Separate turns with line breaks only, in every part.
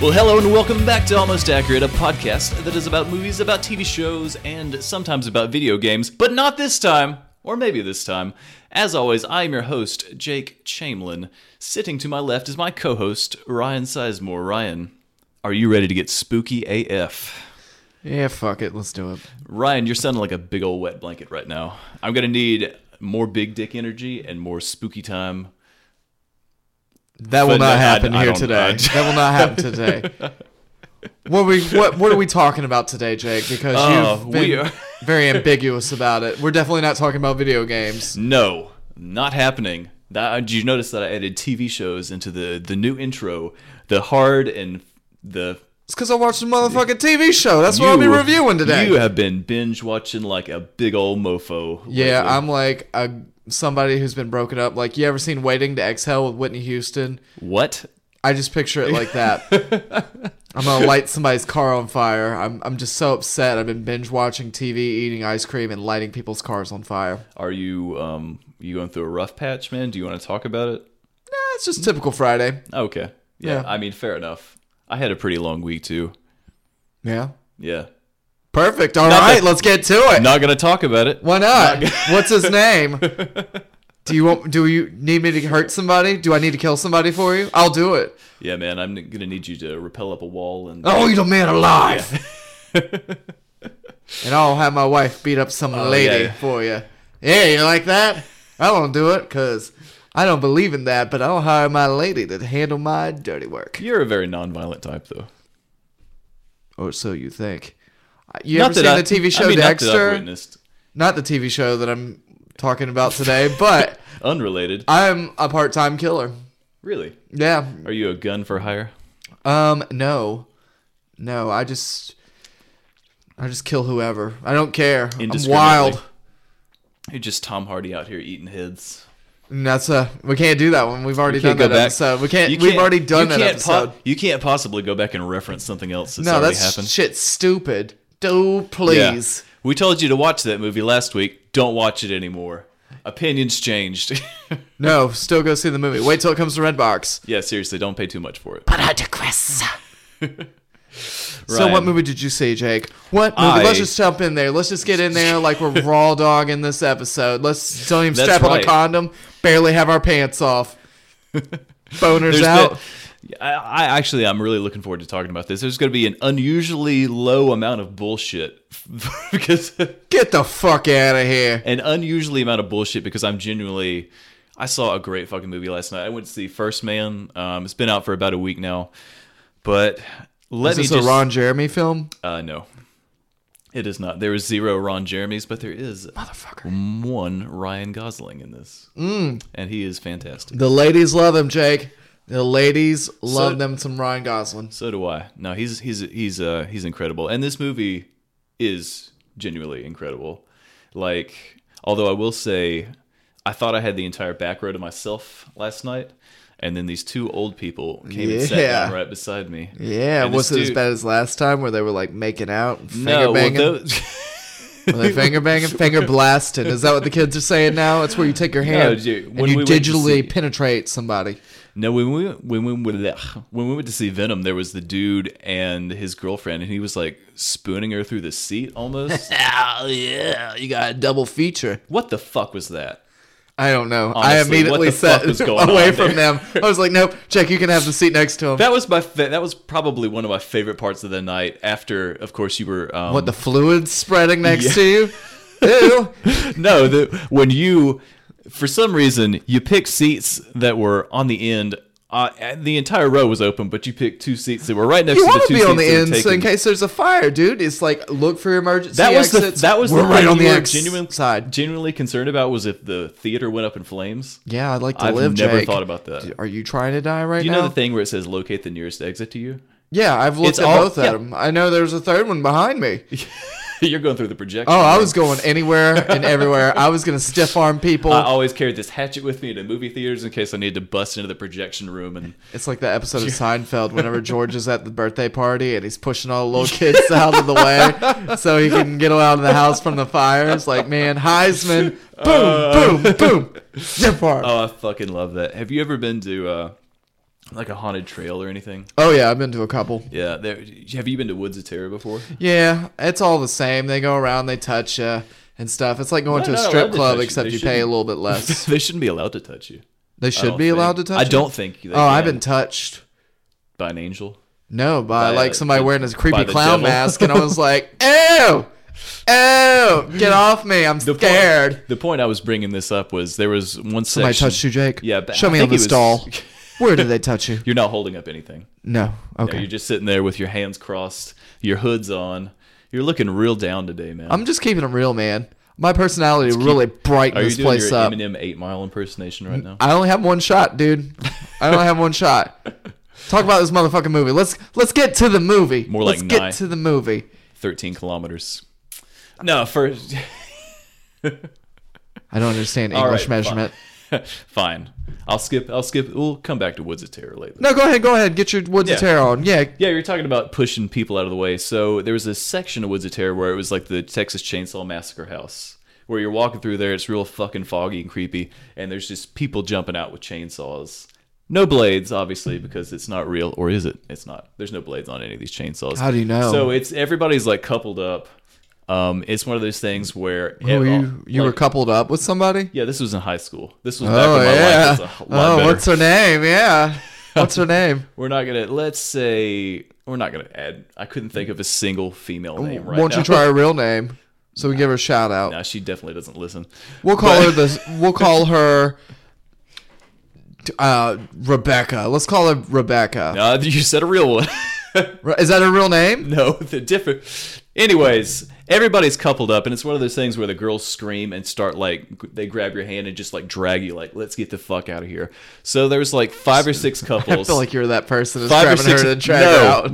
Well, hello and welcome back to Almost Accurate, a podcast that is about movies, about TV shows, and sometimes about video games, but not this time, or maybe this time. As always, I am your host, Jake Chamlin. Sitting to my left is my co host, Ryan Sizemore. Ryan, are you ready to get spooky AF?
Yeah, fuck it. Let's do it.
Ryan, you're sounding like a big old wet blanket right now. I'm going to need more big dick energy and more spooky time
That
But
will not
no, I-
happen
I
here
don't-
today.
I-
that will not happen today. What we what what are we talking about today, Jake? Because
Oh,
you've
we
been
are-
very ambiguous about it. We're definitely not talking about video games.
No, not happening. That, did you notice that I added TV shows into the the new intro? The hard and the
It's because I watched a motherfucking TV show. That's what I'll be
You-
reviewing today.
You have been binge watching like a big old mofo.
yeah,
lately.
I'm like a, somebody who's been broken up. Like you ever seen Waiting to Exhale with Whitney Houston?
what?
I just picture it like that. I'm gonna light somebody's car on fire. I'm I'm just so upset. I've been binge watching TV, eating ice cream, and lighting people's cars on fire.
Are you um you going through a rough patch, man? Do you want to talk about it?
That's just typical Friday.
Okay. Yeah,
Yeah.
I mean, fair enough. I had a pretty long week too.
Yeah.
Yeah.
Perfect. All
Not
right,
that-
let's get to it.
Not gonna talk about it.
Why not? What's his name? Do you want? Do you need me to hurt somebody? Do I need to kill somebody for you? I'll do it.
Yeah, man. I'm gonna need you to rappel up Oh, a wall and.
I'll eat a man alive. and I'll have my wife beat up some lady
Oh, yeah.
for you. Yeah, you like that? I won't do it because I don't believe in that, but I'll hire my lady to handle my dirty work.
You're a very nonviolent type, though.
Or so you think. You ever seen the TV show
I mean, Not that I've
Dexter? Not,
witnessed.
the TV show that I'm talking about today, but
Unrelated.
I'm a part time killer.
really?
Yeah.
Are you a gun for hire?
Um, no. No, I just. I just kill whoever. I don't care. I'm
Indiscriminately.
wild.
You're just Tom Hardy out here eating heads.
And That's a we can't do that one. We've already done that episode. We can't,
You
We've already done
you
that
can't po-
episode.
you can't possibly go back and reference something else that's
no,
already
that's
happened.
shit stupid. Do
Yeah.
please.
We told you to watch that movie last week. Don't watch it anymore. Opinions changed.
No, still go see the movie. Wait till it comes to Redbox.
yeah, seriously, don't pay too much for it.
But I digress. So what
Ryan.
movie did you see, Jake? What movie?
I-
Let's just jump in there. Let's just get in there like we're raw dog in this episode. Let's don't even
That's
strap on
right.
a condom. Barely have our pants off. Boners
There's
out.
been- I, I actually, I'm really looking forward to talking about this. There's going to be an unusually low amount of bullshit because
Get the fuck out of here.
an unusually amount of bullshit because I'm genuinely. I saw a great fucking movie last night. I went to see First Man. Um, it's been out for about a week now, but let
Is
me
this
just
a Ron Jeremy film?
uh, no, it is not. There is zero Ron Jeremy's, but there is one Ryan Gosling in this, mm. and he is fantastic.
The ladies love him, Jake. The ladies love
So-
them some Ryan Gosling.
So do I. No, he's he's he's uh he's incredible, and this movie is genuinely incredible. Like, although I will say, I thought I had the entire back row to myself last night, and then these two old people came and sat
Yeah.
down right beside me.
Yeah,
And
was
this
it as
dude-
bad as last time where they were like making out, and finger
No, well,
banging?
those,
Were they finger banging, finger blasting? Is that what the kids are saying now? It's where you take your hand
dude, when
and you
we went to
digitally
see-
penetrate somebody.
No, when we when we blech. when we went to see Venom, there was the dude and his girlfriend, and he was like spooning her through the seat almost.
Oh yeah, you got a double feature.
what the fuck was that?
I don't know. I
Honestly, what
immediately
the fuck
set
was going
away
on
from them. I was like, nope, Jake, you can have the seat next to him.
That was my fa- that was probably one of my favorite parts of the night. After, of course, you were um,
what the fluids spreading next to you? Ew.
no the when you for some reason you picked seats that were on the end Uh, and the entire row was open, but you picked two seats that were right next
You
to the two
want to be
seats
on the
that were
end so
taken.
in case there's a fire, dude. It's like look for your emergency
That was the
exits.
that was
We're
the
right
thing
on
you
the
were
ex-
genuine,
side.
Genuinely concerned about was if the theater went up in flames.
Yeah, I'd like to
I've
live.
never
Jake.
thought about that.
Are you trying to die right
you
now?
know the thing where it says locate the nearest exit to you?
yeah, I've looked
It's
at
all-
both of
yeah.
them. I know there's a third one behind me.
You're going through the projection.
Oh, I was going anywhere and everywhere. I was gonna stiff arm people.
I always carried this hatchet with me to movie theaters in case I needed to bust into the projection room and
It's like that episode of Seinfeld whenever George is at the birthday party and he's pushing all the little kids out of the way so he can get out of the house from the fire. It's like, man, Heisman, boom,
Uh,
boom, boom, zip arm.
Oh, I fucking love that. Have you ever been to uh, like a haunted trail or anything?
oh yeah, I've been to a couple.
Yeah. There, have you been to Woods of Terror before?
Yeah, it's all the same. They go around, they touch you and stuff. It's like going
No,
to a
no, I love
strip
to
club
touch you.
except
They
you pay a
shouldn't-
little bit less.
they shouldn't be allowed to touch you.
They
I
should
don't
be allowed to
think.
touch.
I
you.
don't think. They
Oh, I've
can
been touched.
by an angel.
No, by,
By,
like
uh,
somebody
the-
wearing his
by
creepy
the
clown
devil.
mask, and I was like, "Ew, ew, get off me! I'm
The
scared."
Point, the point I was bringing this up was there was one section.
Somebody touched you, Jake.
Yeah, but
show
I
me on
think it
this
was-
doll. Where did they touch you?
You're not holding up anything.
No.
No,
Okay.
you're just sitting there with your hands crossed, your hoods on. You're looking real down today, man.
I'm just keeping them real, man. My personality really brightened
Are you
this
doing
place
your
up. Mm.
Eminem Eight Mile impersonation right now?
I only have one shot, dude. I only have one shot. Talk about this motherfucking movie. Let's let's get to the movie.
More
let's
like
get
nigh.
to the movie.
Thirteen kilometers. No, first.
I don't understand
All
English
right,
measurement.
Fine. fine. I'll skip. I'll skip. We'll come back to Woods of Terror later.
No, go ahead, go ahead. Get your Woods
Yeah.
of Terror on. Yeah,
Yeah, you're talking about pushing people out of the way. So there was a section of Woods of Terror where it was like the Texas Chainsaw Massacre house, where you're walking through there. It's real fucking foggy and creepy, and there's just people jumping out with chainsaws. No blades, obviously,
Hmm.
because it's not real, or is it? It's not. There's no blades on any of these chainsaws.
How do you know?
So it's everybody's like coupled up. Um, it's one of those things where
Who were you you were coupled up with somebody?
Yeah, this was in high school. This was back
Oh
when my
yeah.
life was a lot
Oh,
better.
what's her name? Yeah. What's her name?
We're not gonna. Let's say we're not gonna add. I couldn't think of a single female name right
Won't
now.
you try her real name? So we give her a shout out.
Nah, she definitely doesn't listen.
We'll call her the. We'll call her. Uh, Rebecca. Let's call her Rebecca.
Uh, you said a real one.
Re- Is that her real name?
no, the different. Anyways, everybody's coupled up, and it's one of those things where the girls scream and start like g- they grab your hand and just like drag you, like let's get the fuck out of here. So there's like five or six couples.
I feel like you're that person that's
five or
grabbing
six.
her to drag
no,
her out.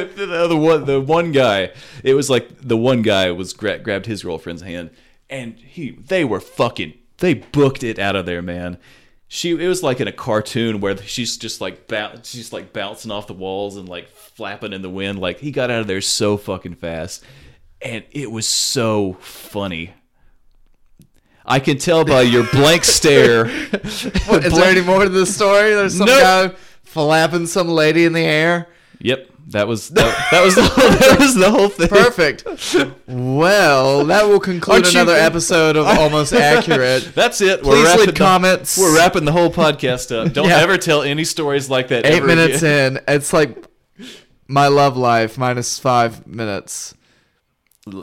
no. the other one, the one guy. It was like the one guy was gra- grabbed his girlfriend's hand, and he they were fucking. They booked it out of there, man. She it was like in a cartoon where she's just like bou- she's like bouncing off the walls and like flapping in the wind. Like he got out of there so fucking fast, and it was so funny. I can tell by your blank stare.
What, is there any more to the story? There's some
No.
guy flapping some lady in the air.
Yep, that was that, that was the whole, that was the whole thing.
Perfect. Well, that will conclude
Aren't you-
another episode of Almost Accurate.
That's it. We're
Please
wrapping the-
leave comments.
We're wrapping the whole podcast up. Don't
Yeah.
ever tell any stories like that.
Eight
ever
minutes
again.
in. It's like my love life minus five minutes.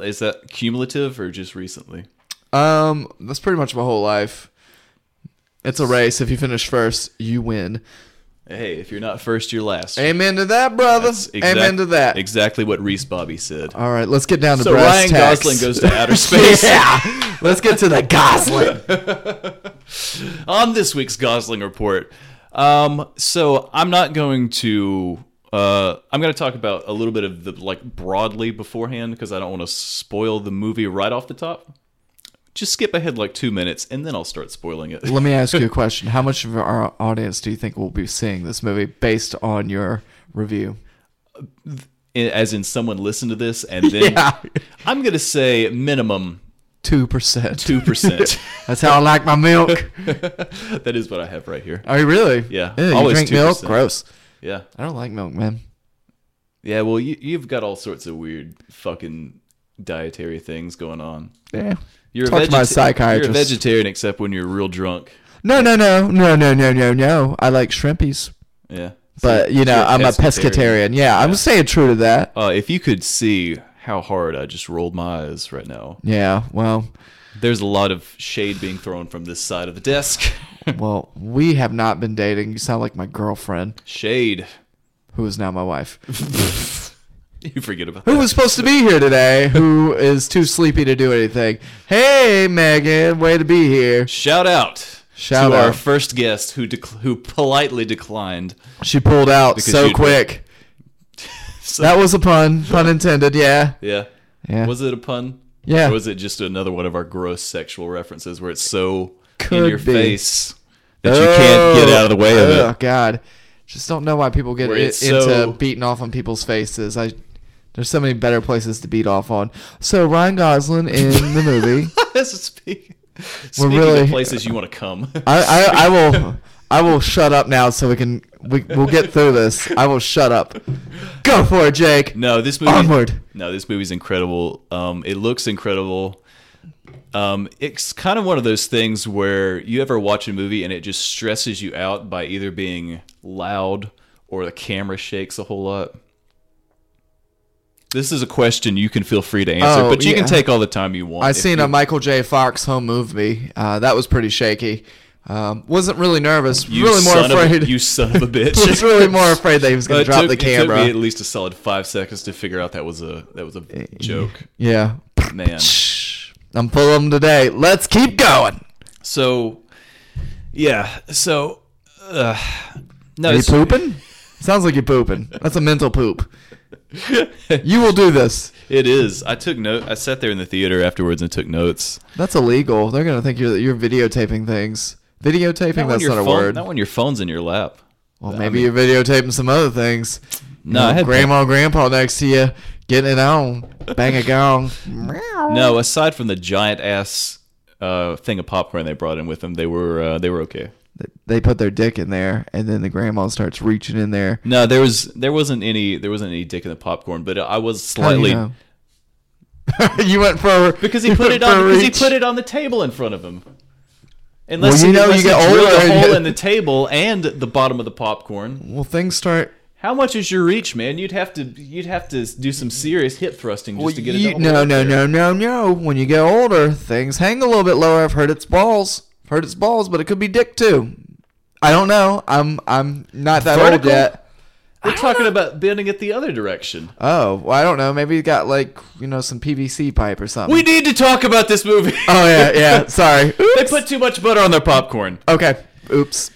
Is that cumulative or just recently?
Um, that's pretty much my whole life. It's a race. If you finish first, you win.
Hey, if you're not first, you're last.
Amen to that, brother.
That's exact-
Amen to that.
Exactly what Reese Bobby said.
All right, let's get down to
so
brass
Ryan
tacks.
Gosling goes to outer space.
yeah, let's get to the Gosling.
On this week's Gosling report, um, so I'm not going to. Uh, I'm going to talk about a little bit of the like broadly beforehand because I don't want to spoil the movie right off the top. Just skip ahead like two minutes and then I'll start spoiling it.
Let me ask you a question. How much of our audience do you think will be seeing this movie based on your review?
in- as in someone listen to this and then I'm gonna say minimum
Two percent.
two percent.
That's how I like my milk.
that is what I have right here.
Are you really?
Yeah,
Ew, you
always
drink milk?
2%.
Gross.
Yeah,
I don't like milk, man.
yeah. Well, you, you've got all sorts of weird fucking dietary things going on.
Yeah.
You're
Talk
a
to my
You're a
psychiatrist.
vegetarian except when you're real drunk.
No, no, no, no, no, no, no, no. I like shrimpies,
Yeah,
but you know,
you're a
I'm a
pescatarian.
pescatarian. Yeah, I'm staying true to that.
Uh, if you could see how hard I just rolled my eyes right now.
Yeah. Well,
There's a lot of shade being thrown from this side of the desk.
Well, we have not been dating. You sound like my girlfriend,
shade.
who is now my wife,
You forget about
who
that.
was supposed to be here today, who is too sleepy to do anything. Hey, Megan, way to be here.
Shout out
Shout
to our
out.
first guest who dec- who politely declined.
She pulled out so
you'd-
quick.
So-
that was a pun, pun intended. Yeah,
Yeah.
Yeah.
Was it a pun?
Yeah.
Or was it just another one of our gross sexual references where it's so in
Could
your
be.
face that you can't get out of the way of
Oh
it?
God, just don't know why people get
Where
i- into
it's so-
beating off on people's faces. I there's so many better places to beat off on. So Ryan Gosling in the movie.
This is speak-
We're
Speaking
really-
of places you want to come,
I, I, I will I will shut up now so we can we we'll get through this. I will shut up. Go for it, Jake.
No, this movie.
Onward.
No, this movie's incredible. Um, it looks incredible. Um, it's kind of one of those things where you ever watch a movie and it just stresses you out by either being loud or the camera shakes a whole lot. This is a question you can feel free to answer,
Oh,
but you
yeah.
can take all the time you want.
I
if
seen
you-
a Michael J. Fox home movie. Uh, that was pretty shaky. Um, wasn't really nervous.
you
really more
son of a-
afraid.
you son of a bitch.
was really more afraid that he was going
Uh, it
to drop
took,
the
It took
camera. Eh,
me at least a solid five seconds to figure out that was a that was a joke,
yeah.
man.
I'm full of them today. Let's keep going.
So, yeah. So, uh, no,
Are you
it's,
pooping? Sounds like you're pooping. That's a mental poop. You will do this.
it is. I took note. I sat there in the theater afterwards and took notes.
That's illegal. They're gonna think you're you're videotaping things.
Not
Videotaping.
when
that's
your
not a
phone-
word.
Not when your phone's in your lap.
well, maybe you're videotaping some other things.
No, I had
grandma, and grandpa next to you, getting it on, bang a gong.
no. Aside from the giant ass uh, thing of popcorn they brought in with them, they were uh, they were okay.
they put their dick in there, and then the grandma starts reaching in there.
No, there was there wasn't any there wasn't any dick in the popcorn, but I was
How do you
slightly
know? you went for
because he
you
put it
went
on
for
because he
reach.
put it on the table in front of him. Unless
Well, you
he-
know,
unless
you
he
get
drilled
older and
a hole
you-
in the table and the bottom of the popcorn.
Well, things start.
How much is your reach, man? You'd have to you'd have to do some serious hip thrusting just to get
You-
it.
no, no, no, no, no. When you get older, things hang a little bit lower. I've heard it's balls. I've heard it's balls, but it could be dick too. I don't know. I'm I'm not that
Vertical?
old yet.
We're talking about bending it the other direction.
Oh, well, I don't know. Maybe you got like you know some PVC pipe or something.
We need to talk about this movie.
oh yeah, yeah. Sorry.
they put too much butter on their popcorn.
Okay. Oops.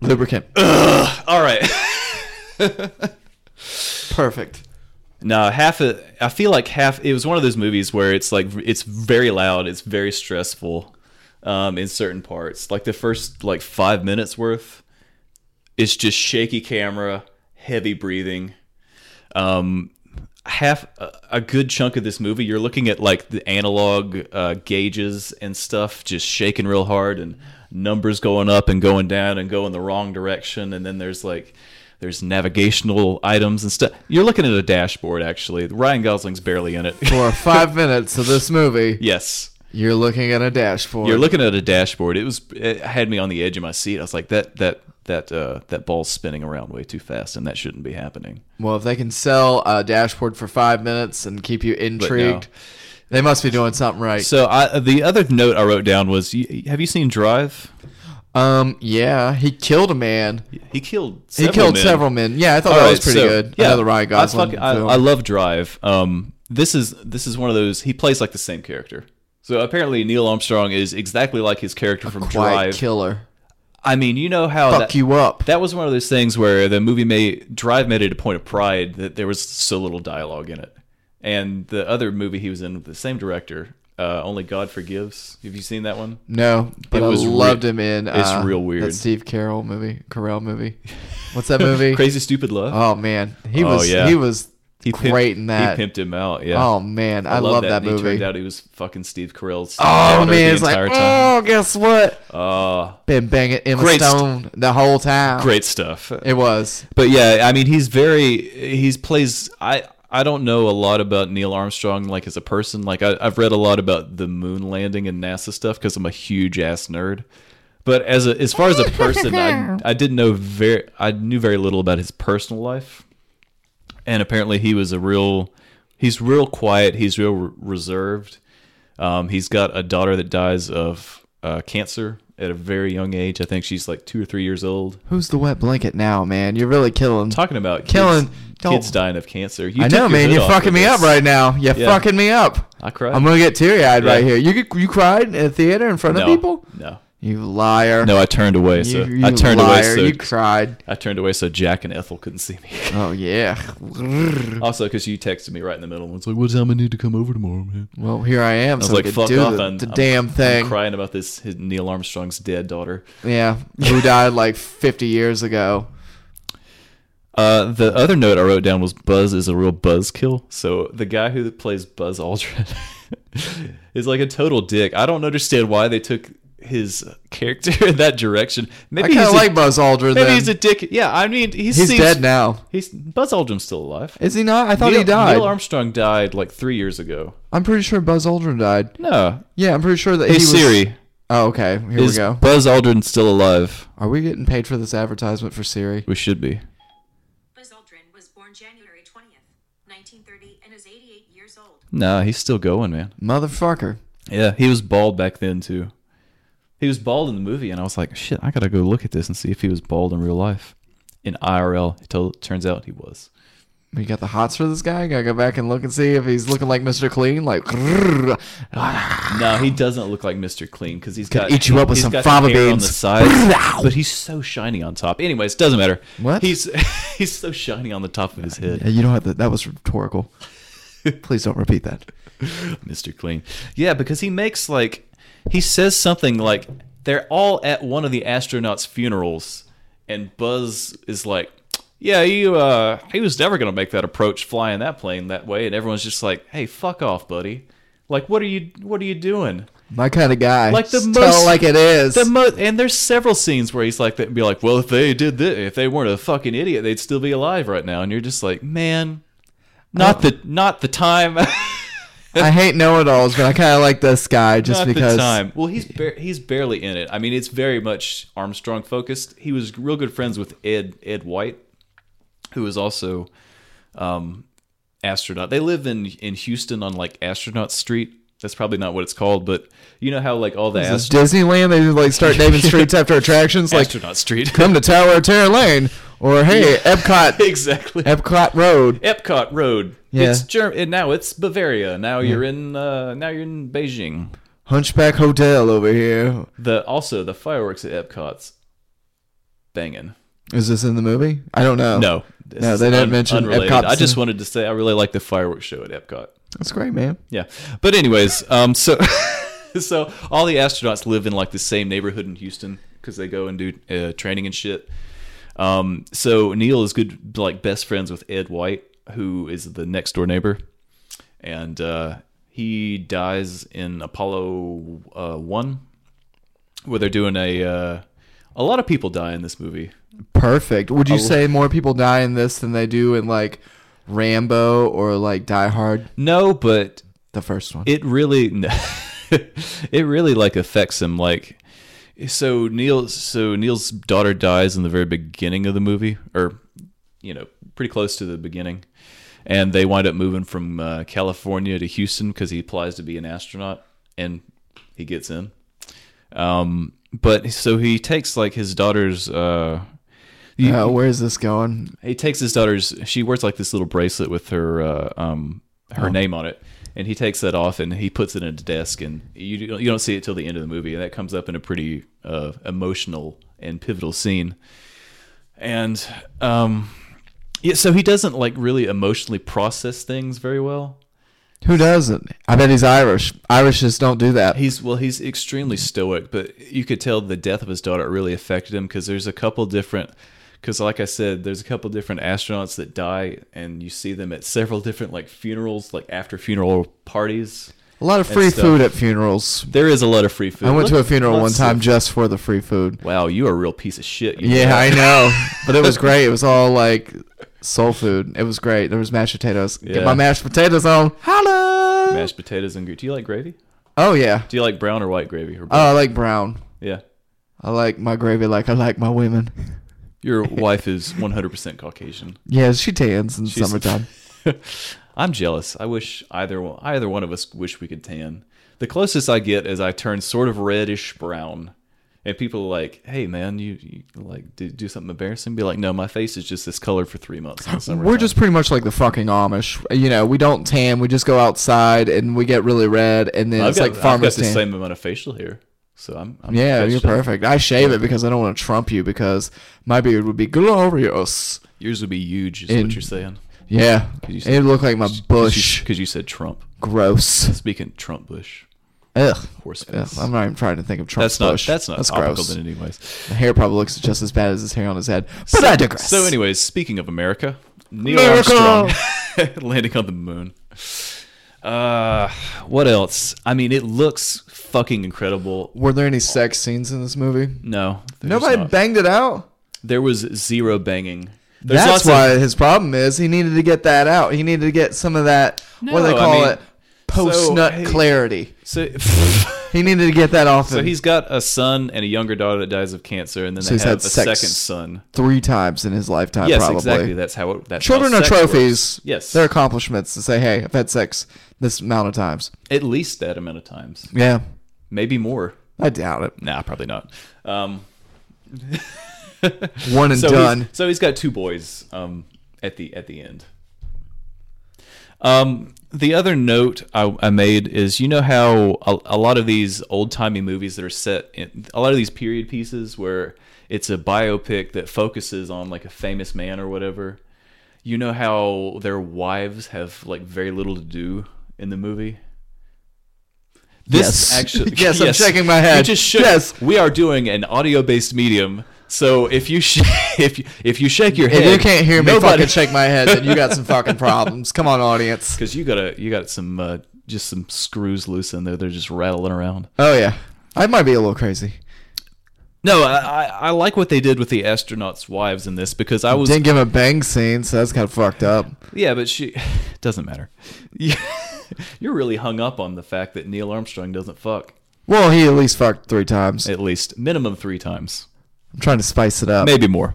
Lubricant.
All right.
Perfect.
No, half of I feel like half it was one of those movies where it's like it's very loud, it's very stressful um in certain parts. Like the first like 5 minutes worth it's just shaky camera, heavy breathing. Um half a, a good chunk of this movie you're looking at like the analog uh gauges and stuff just shaking real hard and numbers going up and going down and going the wrong direction and then there's like there's navigational items and stuff. You're looking at a dashboard, actually. Ryan Gosling's barely in it.
For five minutes of this movie,
yes,
you're looking at a dashboard.
you're looking at a dashboard. It was it had me on the edge of my seat. I was like, that that that uh, that ball's spinning around way too fast, and that shouldn't be happening.
well, if they can sell a dashboard for five minutes and keep you intrigued, they must be doing something right.
So I, the other note I wrote down was, y- have you seen Drive?
Um, yeah, he killed a man.
He killed.
he
Several
killed
men.
several men. Yeah, I thought that
All
was
right,
pretty
so,
good. Another Ryan Gosling.
I, fuck- I,
film.
I love Drive. Um, this is this is one of those. He plays like the same character. So apparently Neil Armstrong is exactly like his character from
Quiet
Drive.
killer.
I mean, you know how
Fuck
that,
you up.
That was one of those things where the movie made Drive made it a point of pride that there was so little dialogue in it, and the other movie he was in with the same director, uh, Only God Forgives. Have you seen that one?
No, but
It was
I
re-
loved him in.
it's
uh,
real weird.
That Steve Carroll movie, Carell movie. What's that movie?
Crazy Stupid Love.
Oh man, he
Oh,
was
yeah.
he was
he pimped-
great in that.
He pimped him out. Yeah.
oh man, I, love, that,
and He turned
movie.
out he was fucking Steve Carell's.
Oh
daughter
man,
the
it's
entire
like
time.
oh, guess what?
Uh,
Been banging Emma
Great st-
Stone the whole time.
great stuff.
It was.
But yeah, I mean, he's very he's plays. I I don't know a lot about Neil Armstrong like as a person. Like I, I've read a lot about the moon landing and NASA stuff because I'm a huge ass nerd. But as a, as far as a person, I I didn't know very I knew very little about his personal life, and apparently he was a real he's real quiet. He's real re- reserved. Um, he's got a daughter that dies of uh, cancer at a very young age. I think she's like two or three years old.
Who's the wet blanket now, man? You're really killing.
Talking about
Killing-
kids,
don't-
kids dying of cancer. You
I
took
know,
your
man.
hood
You're
off
fucking
with
me up
this.
right now. You're
Yeah.
fucking me up.
I cried.
I'm gonna get teary eyed right
Yeah.
here. You you cried in a theater in front
no,
of people?
No,
You liar.
no. I turned away. So
you, you
I turned
liar.
away. So
You cried.
I turned away so Jack and Ethel couldn't see me.
Oh yeah.
also, because you texted me right in the middle. and was like, "What time I need to come over tomorrow, man?"
Well, here I
I
am.
was
so I
like,
could
"Fuck
do
off!"
the,
and
the
I'm-
damn
I'm
thing.
crying about this. His Neil Armstrong's dead daughter.
yeah, who died like 50 years ago.
Uh, the other note I wrote down was Buzz is a real buzzkill. So the guy who plays Buzz Aldrin is like a total dick. I don't understand why they took his character in that direction.
I
Maybe
kind
he's
of like
a,
Buzz Aldrin.
maybe
then.
he's a dick. Yeah, I mean he
He's
seems-
dead now.
He's Buzz Aldrin's still alive.
Is he not? I thought
Neil,
he died.
Neil Armstrong died like three years ago.
I'm pretty sure Buzz Aldrin died.
No.
Yeah, I'm pretty sure that
Hey
he was.
Siri,
Oh, okay. Here we
is
go.
Buzz Aldrin still alive?
Are we getting paid for this advertisement for Siri?
We should be.
Buzz Aldrin was born January 20th, 1930, and is 88 years old.
Nah, he's still going, man.
Motherfucker.
Yeah, he was bald back then too. He was bald in the movie, and I was like, "Shit, I gotta go look at this and see if he was bald in real life." In IRL, it told, turns out he was.
We got the hots for this guy. Gotta go back and look and see if he's looking like Mr. Clean. Like, Ah,
No, he doesn't look like Mister Clean because he's
Gonna
got
eat you up with
he's
some
got the
fava
hair on
beans.
the sides, but he's so shiny on top. Anyways, doesn't matter.
What? Uh,
He's he's so shiny on the top of his head,
Yeah, you don't have to. That was rhetorical. Please don't repeat that.
Mister Clean. Yeah, because he makes like he says something like they're all at one of the astronauts' funerals, and Buzz is like, "Yeah, you uh, he was never gonna make that approach flying that plane that way," and everyone's just like, "Hey, fuck off, buddy! Like, what are you what are you doing?"
My kind of guy.
Like the
Just tell
most-
it like it is.
The mo- and there's several scenes where he's like that and be like, "Well, if they did this, if they weren't a fucking idiot, they'd still be alive right now," and you're just like, "Man." Not the not the time.
I hate know-it-alls, but I kind of like this guy just
Not
because.
the time. Well, he's bar- he's barely in it. I mean, it's very much Armstrong focused. He was real good friends with Ed Ed White, who is also um, astronaut. They live in in Houston on like Astronaut Street. That's probably not what it's called, but you know how like all the
This
ast-
is Disneyland. They like start naming streets after attractions. Like,
astronaut street.
come to Tower of Terror Lane, or hey, Epcot,
exactly.
Epcot Road.
Epcot Road.
Yeah.
It's Germ- and now it's Bavaria. Now you're in uh, now you're in Beijing.
Hunchback Hotel over here.
The also the fireworks at Epcot's banging.
Is this in the movie? I don't know.
No. This
Oh. No,
is
they didn't mention Epcot
I just
Center.
wanted to say I really like the fireworks show at Epcot.
That's great, man.
Yeah. But anyways, um so so all the astronauts live in like the same neighborhood in Houston cuz they go and do uh, training and shit. Um so Neil is good like best friends with Ed White who is the next door neighbor and uh he dies in Apollo uh 1 where they're doing a uh a lot of people die in this movie.
Perfect.
Oh.
Would you say more people die in this than they do in like Rambo or like Die Hard,
No, but
the first one?
it really no, it really like affects him like so neil so neil's daughter dies in the very beginning of the movie or you know pretty close to the beginning and they wind up moving from uh, california to houston because he applies to be an astronaut and he gets in um but so he takes like his daughter's uh you-
Oh, where is this going?
he takes his daughter's. She wears like this little bracelet with her uh, um, her name on it, and he takes that off and he puts it in a desk, and you don't- you don't see it till the end of the movie, and that comes up in a pretty uh, emotional and pivotal scene, and um, yeah, so he doesn't like really emotionally process things very well.
Who doesn't? I bet he's Irish. Irish just don't do that.
He's well, he's extremely stoic, but you could tell the death of his daughter really affected him because there's a couple different. Because, like I said, there's a couple different astronauts that die, and you see them at several different like funerals, like after funeral parties.
A lot of free
and stuff.
food at funerals.
There is a lot of free food.
I went to a
Let's-
funeral one
let's-
time just for the free food.
Wow, you are a real piece of shit. you
Yeah,
know.
I know, but it was great. It was all like soul food. It was great. There was mashed potatoes. Get
Yeah.
my mashed potatoes on. Hello.
mashed potatoes and gravy. Do you like gravy?
oh yeah.
Do you like brown or white gravy? Or
Oh, I like brown.
yeah,
I like my gravy like I like my women.
your wife is 100% Caucasian.
Yeah, she tans in
She's-
summertime.
I'm jealous. I wish either one- either one of us wish we could tan. The closest I get is I turn sort of reddish brown, and people are like, "Hey, man, you, you like do, do something embarrassing?" Be like, "No, my face is just this color for three months." in the
We're
summertime."
just pretty much like the fucking Amish. You know, we don't tan. We just go outside and we get really red, and then
I've
it's
got,
like
I've got
farmers
the
tan.
same amount of facial hair, so I'm. I'm
yeah,
catched
you're
up.
perfect. I shave it because I don't want to trump you because my beard would be glorious.
Yours would be huge, is
And-
what you're saying.
Yeah,
you
it would look like my bush.
Because you said Trump.
Gross.
Speaking Trump Bush,
Ugh.
horse
Ugh,
face.
I'm not even trying to think of Trump's
that's not
bush.
that's not topical
gross.
then, anyways.
The hair probably looks just as bad as his hair on his head. But I digress.
So, anyways, speaking of America, Neil
America!
Armstrong landing on the moon. Uh, what else? I mean, it looks fucking incredible.
were there any sex scenes in this movie?
No, there's
Nobody
not.
banged it out.
there was zero banging. There's
That's
lots
why
Of,
his problem is he needed to get that out. He needed to get some of that what do
No,
they
I
call
mean,
it? Post nut
so, hey-
clarity.
so,
He needed to get that off
so
him
he's got a son and a younger daughter that dies of cancer, and then
So
they
he's
have
had
a
sex.
second son.
three times in his lifetime
Yes,
probably.
exactly. That's how it. That's how
Children are
sex
trophies.
works. Yes,
They're accomplishments to say, Hey, I've had sex this amount of times.
at least that amount of times,
Yeah.
maybe more.
I doubt it.
Nah, probably not. Um,
One and
so
done.
He's, so he's got two boys um, at the at the end. Um, the other note I, I made is you know how a, a lot of these old timey movies that are set in a lot of these period pieces where it's a biopic that focuses on like a famous man or whatever. You know how their wives have like very little to do in the movie. This
Yes.
actually
Yes, I'm shaking my head.
You just shook.
Yes.
We are doing an audio-based medium, so if you sh- if you, if you shake your head,
If you can't hear me
nobody,
fucking shake my head, then you got some fucking problems. Come on, audience.
because you got a you got some uh, just some screws loose in there. They're just rattling around.
Oh yeah. I might be a little crazy.
No, I, I I like what they did with the astronauts' wives in this because I was
Didn't give him a bang scene, so that's kind of fucked up.
yeah, but she doesn't matter. You're really hung up on the fact that Neil Armstrong doesn't fuck
Well, he at least fucked three times.
at least minimum three times.
I'm trying to spice it up.
maybe more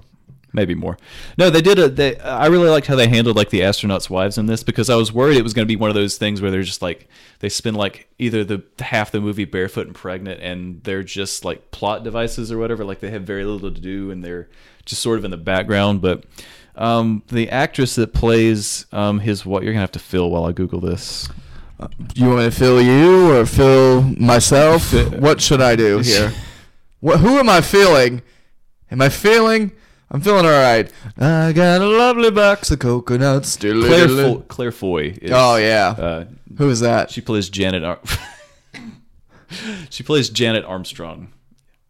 maybe more no they did a they i really liked how they handled like the astronauts wives in this because i was worried it was going to be one of those things where they're just like they spend like either the half the movie barefoot and pregnant and they're just like plot devices or whatever like they have very little to do and they're just sort of in the background but um, the actress that plays um, his what you're gonna have to fill while i google this
You want me to fill you or fill myself? what should I do here? what, who am I feeling? Am I feeling? I'm feeling all right. I got a lovely box of coconuts.
claire, Fo- claire foy is,
Oh yeah.
uh,
who is that?
She plays Janet. Ar- she plays Janet Armstrong.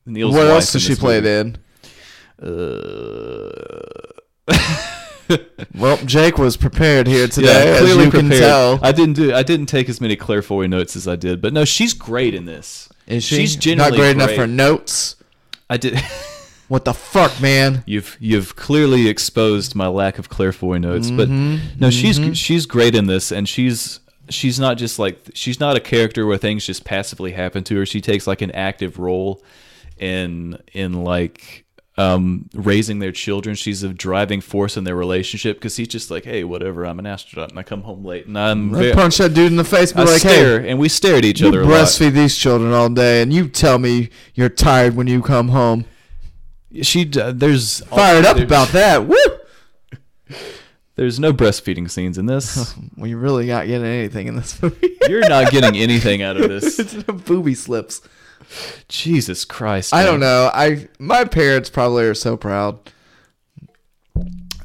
Neil's
what
wife
else does
in
she
this
play it
movie.
in?
Uh,
Well, Jake was prepared here today,
yeah,
as
clearly
you can
prepared.
tell.
I didn't do. I didn't take as many Claire Foy notes as I did, but no, she's great in this.
Is she
She's
not
generally
great, enough for notes?
I did.
What the fuck, man?
You've you've clearly exposed my lack of Claire Foy notes, but
Mm-hmm.
no, she's she's great in this, and she's she's not just like she's not a character where things just passively happen to her. She takes like an active role in in like um, raising their children. She's a driving force in their relationship because he's just like, hey, whatever, I'm an astronaut and I come home late and I'm
I
very,
punch that dude in the face, be
I
like, "Hey,
stare and we stare at each
You
other. a lot.
breastfeed these children all day, and you tell me you're tired when you come home.
She d- there's
Fired up about that. Woo!
There's no breastfeeding scenes in this.
Well, you really not getting anything in this movie.
You're not getting anything out of this.
it's the booby slips.
Jesus Christ.
I don't
man.
know. I my parents probably are so proud.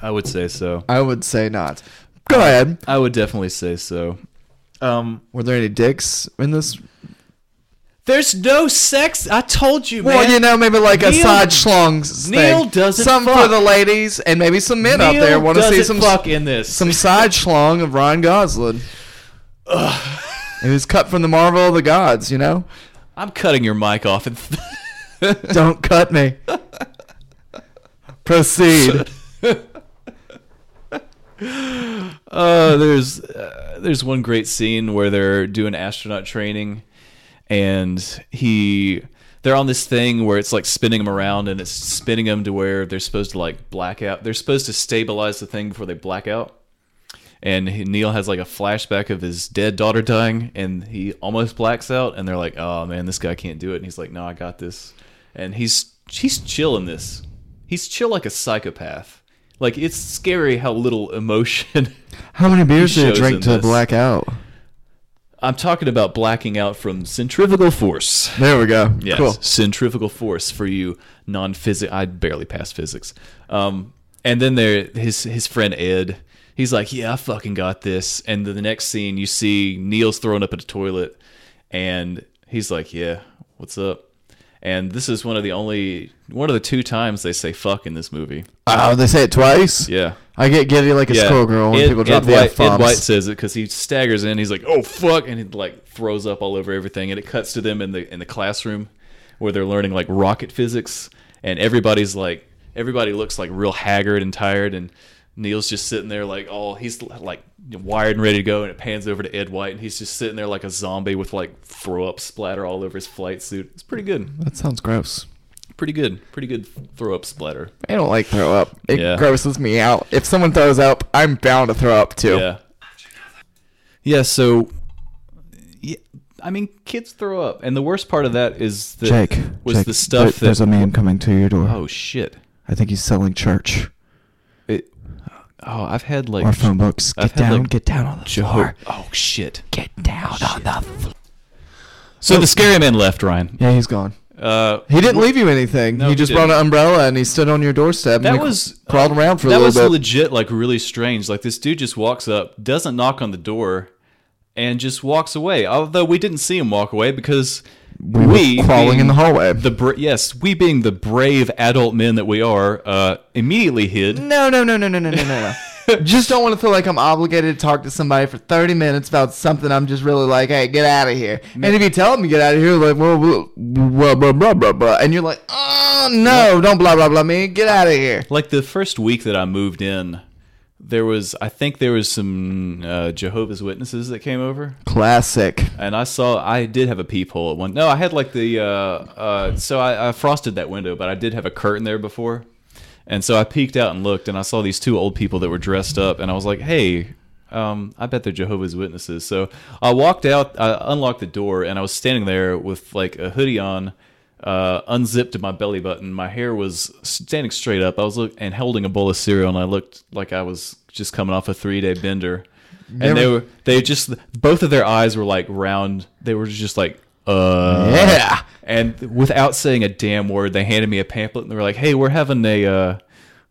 I would say so.
I would say not. Go ahead.
I would definitely say so. Um,
Were there any dicks in this?
there's no sex. I told you,
Well,
man.
you know, maybe like a
Neil-
side schlong thing.
Neil doesn't
some for
fuck.
the ladies, and maybe some men out there want to see some
fuck in this.
some side schlong of Ryan Gosling. It was cut from the Marvel of the Gods, you know.
I'm cutting your mic off. And
Don't cut me. Proceed.
uh, there's uh, there's one great scene where they're doing astronaut training, and he they're on this thing where it's like spinning them around, and it's spinning them to where they're supposed to like black out. They're supposed to stabilize the thing before they black out. and he, Neil has like a flashback of his dead daughter dying, and he almost blacks out. And they're like, "Oh man, this guy can't do it." And he's like, "No, I got this." And he's he's chill in this. He's chill like a psychopath. Like it's scary how little emotion.
How many beers
He
did you
shows
drink
in
to
this.
black out?
I'm talking about blacking out from centrifugal force.
There we go.
Yes,
Cool.
centrifugal force for you non physics. I barely passed physics. Um, and then there, his his friend Ed. He's like, "Yeah, I fucking got this." And then the next scene, you see Neil's thrown up at a toilet, and he's like, "Yeah, what's up?" And this is one of the only one of the two times they say "fuck" in this movie.
Oh, they say it twice?
Yeah.
I get giddy like a
Yeah.
schoolgirl when
Ed-
people drop
Ed
the
White,
F bombs.
Ed White says it because he staggers in. He's like, "Oh fuck!" and he like throws up all over everything. And it cuts to them in the in the classroom where they're learning like rocket physics, and everybody's like, everybody looks like real haggard and tired, and Neil's just sitting there like, all he's like wired and ready to go. And it pans over to Ed White, and he's just sitting there like a zombie with like throw up splatter all over his flight suit. It's pretty good,
That sounds gross.
pretty good, pretty good throw up splatter.
I don't like throw up. It
Yeah.
grosses me out. If someone throws up, I'm bound to throw up too.
Yeah. Yeah, so yeah, I mean kids throw up and the worst part of that is the
Jake
was
Jake,
the stuff
there- There's
that
a man coming to your door.
Oh shit.
I think he's selling church
It, oh, I've had like
or phone books.
I've
Get
had,
down,
like,
get down on the
jo-
floor.
Oh shit.
Get down on the floor.
So the scary man left, Ryan.
Yeah, he's gone.
Uh
He didn't leave you anything. he
he
just
didn't.
brought an umbrella and he stood on your doorstep.
That
and he
was-
crawled around for a
that
little
was
bit.
legit like really strange. Like this dude just walks up, doesn't knock on the door and just walks away. Although we didn't see him walk away because we,
were crawling in the
being
hallway.
The bra- yes, we being the brave adult men that we are, uh, immediately hid.
No, no, no, no, no, no, no, no. no. just don't want to feel like I'm obligated to talk to somebody for 30 minutes about something I'm just really like, hey, get out of here. And if you tell them to get out of here, like, well, well, blah, blah, blah, blah, blah. And you're like, oh, no, don't blah, blah, blah me. Get out of here.
Like the first week that I moved in, there was I think there was some uh, Jehovah's Witnesses that came over,
Classic.
and I saw I did have a peephole at one. No, I had like the uh, uh, so I, I frosted that window, but I did have a curtain there before, and so I peeked out and looked, and I saw these two old people that were dressed up, and I was like, hey. Um, I bet they're Jehovah's Witnesses. So I walked out, I unlocked the door, and I was standing there with like a hoodie on, uh, unzipped my belly button. My hair was standing straight up. I was look and holding a bowl of cereal, and I looked like I was just coming off a three day bender. And they were they just both of their eyes were like round. They were just like uh
Yeah.
And without saying a damn word, they handed me a pamphlet and they were like, "Hey, we're having a uh,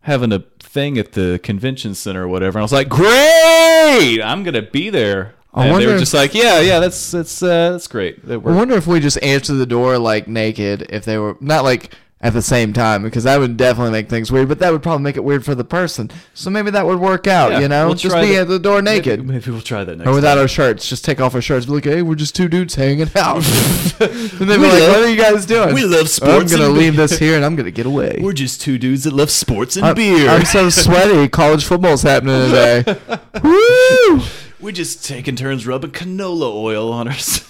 having a thing at the convention center or whatever." And I was like, "Great! I'm gonna be there."
I
and they
wonder
were
if-
just like, "Yeah, yeah, that's that's uh, that's great." That
I
worked.
wonder if we just answered the door, like, naked, if they were not like at the same time, because that would definitely make things weird, but that would probably make it weird for the person. So maybe that would work out,
Yeah,
you know?
we'll
just
try
be
that-
at the door naked.
Maybe, maybe we'll try that next.
Or
time.
without our shirts, just take off our shirts. Be like, hey, we're just two dudes hanging out. and they'd be like,
love-
what are you guys doing? "Oh,
we love sports
I'm gonna
and
leave this here and I'm gonna get away.
We're just two dudes that love sports and
I'm-
beer.
I'm so sweaty. College football's happening today. Woo!
We're just taking turns rubbing canola oil on ourselves.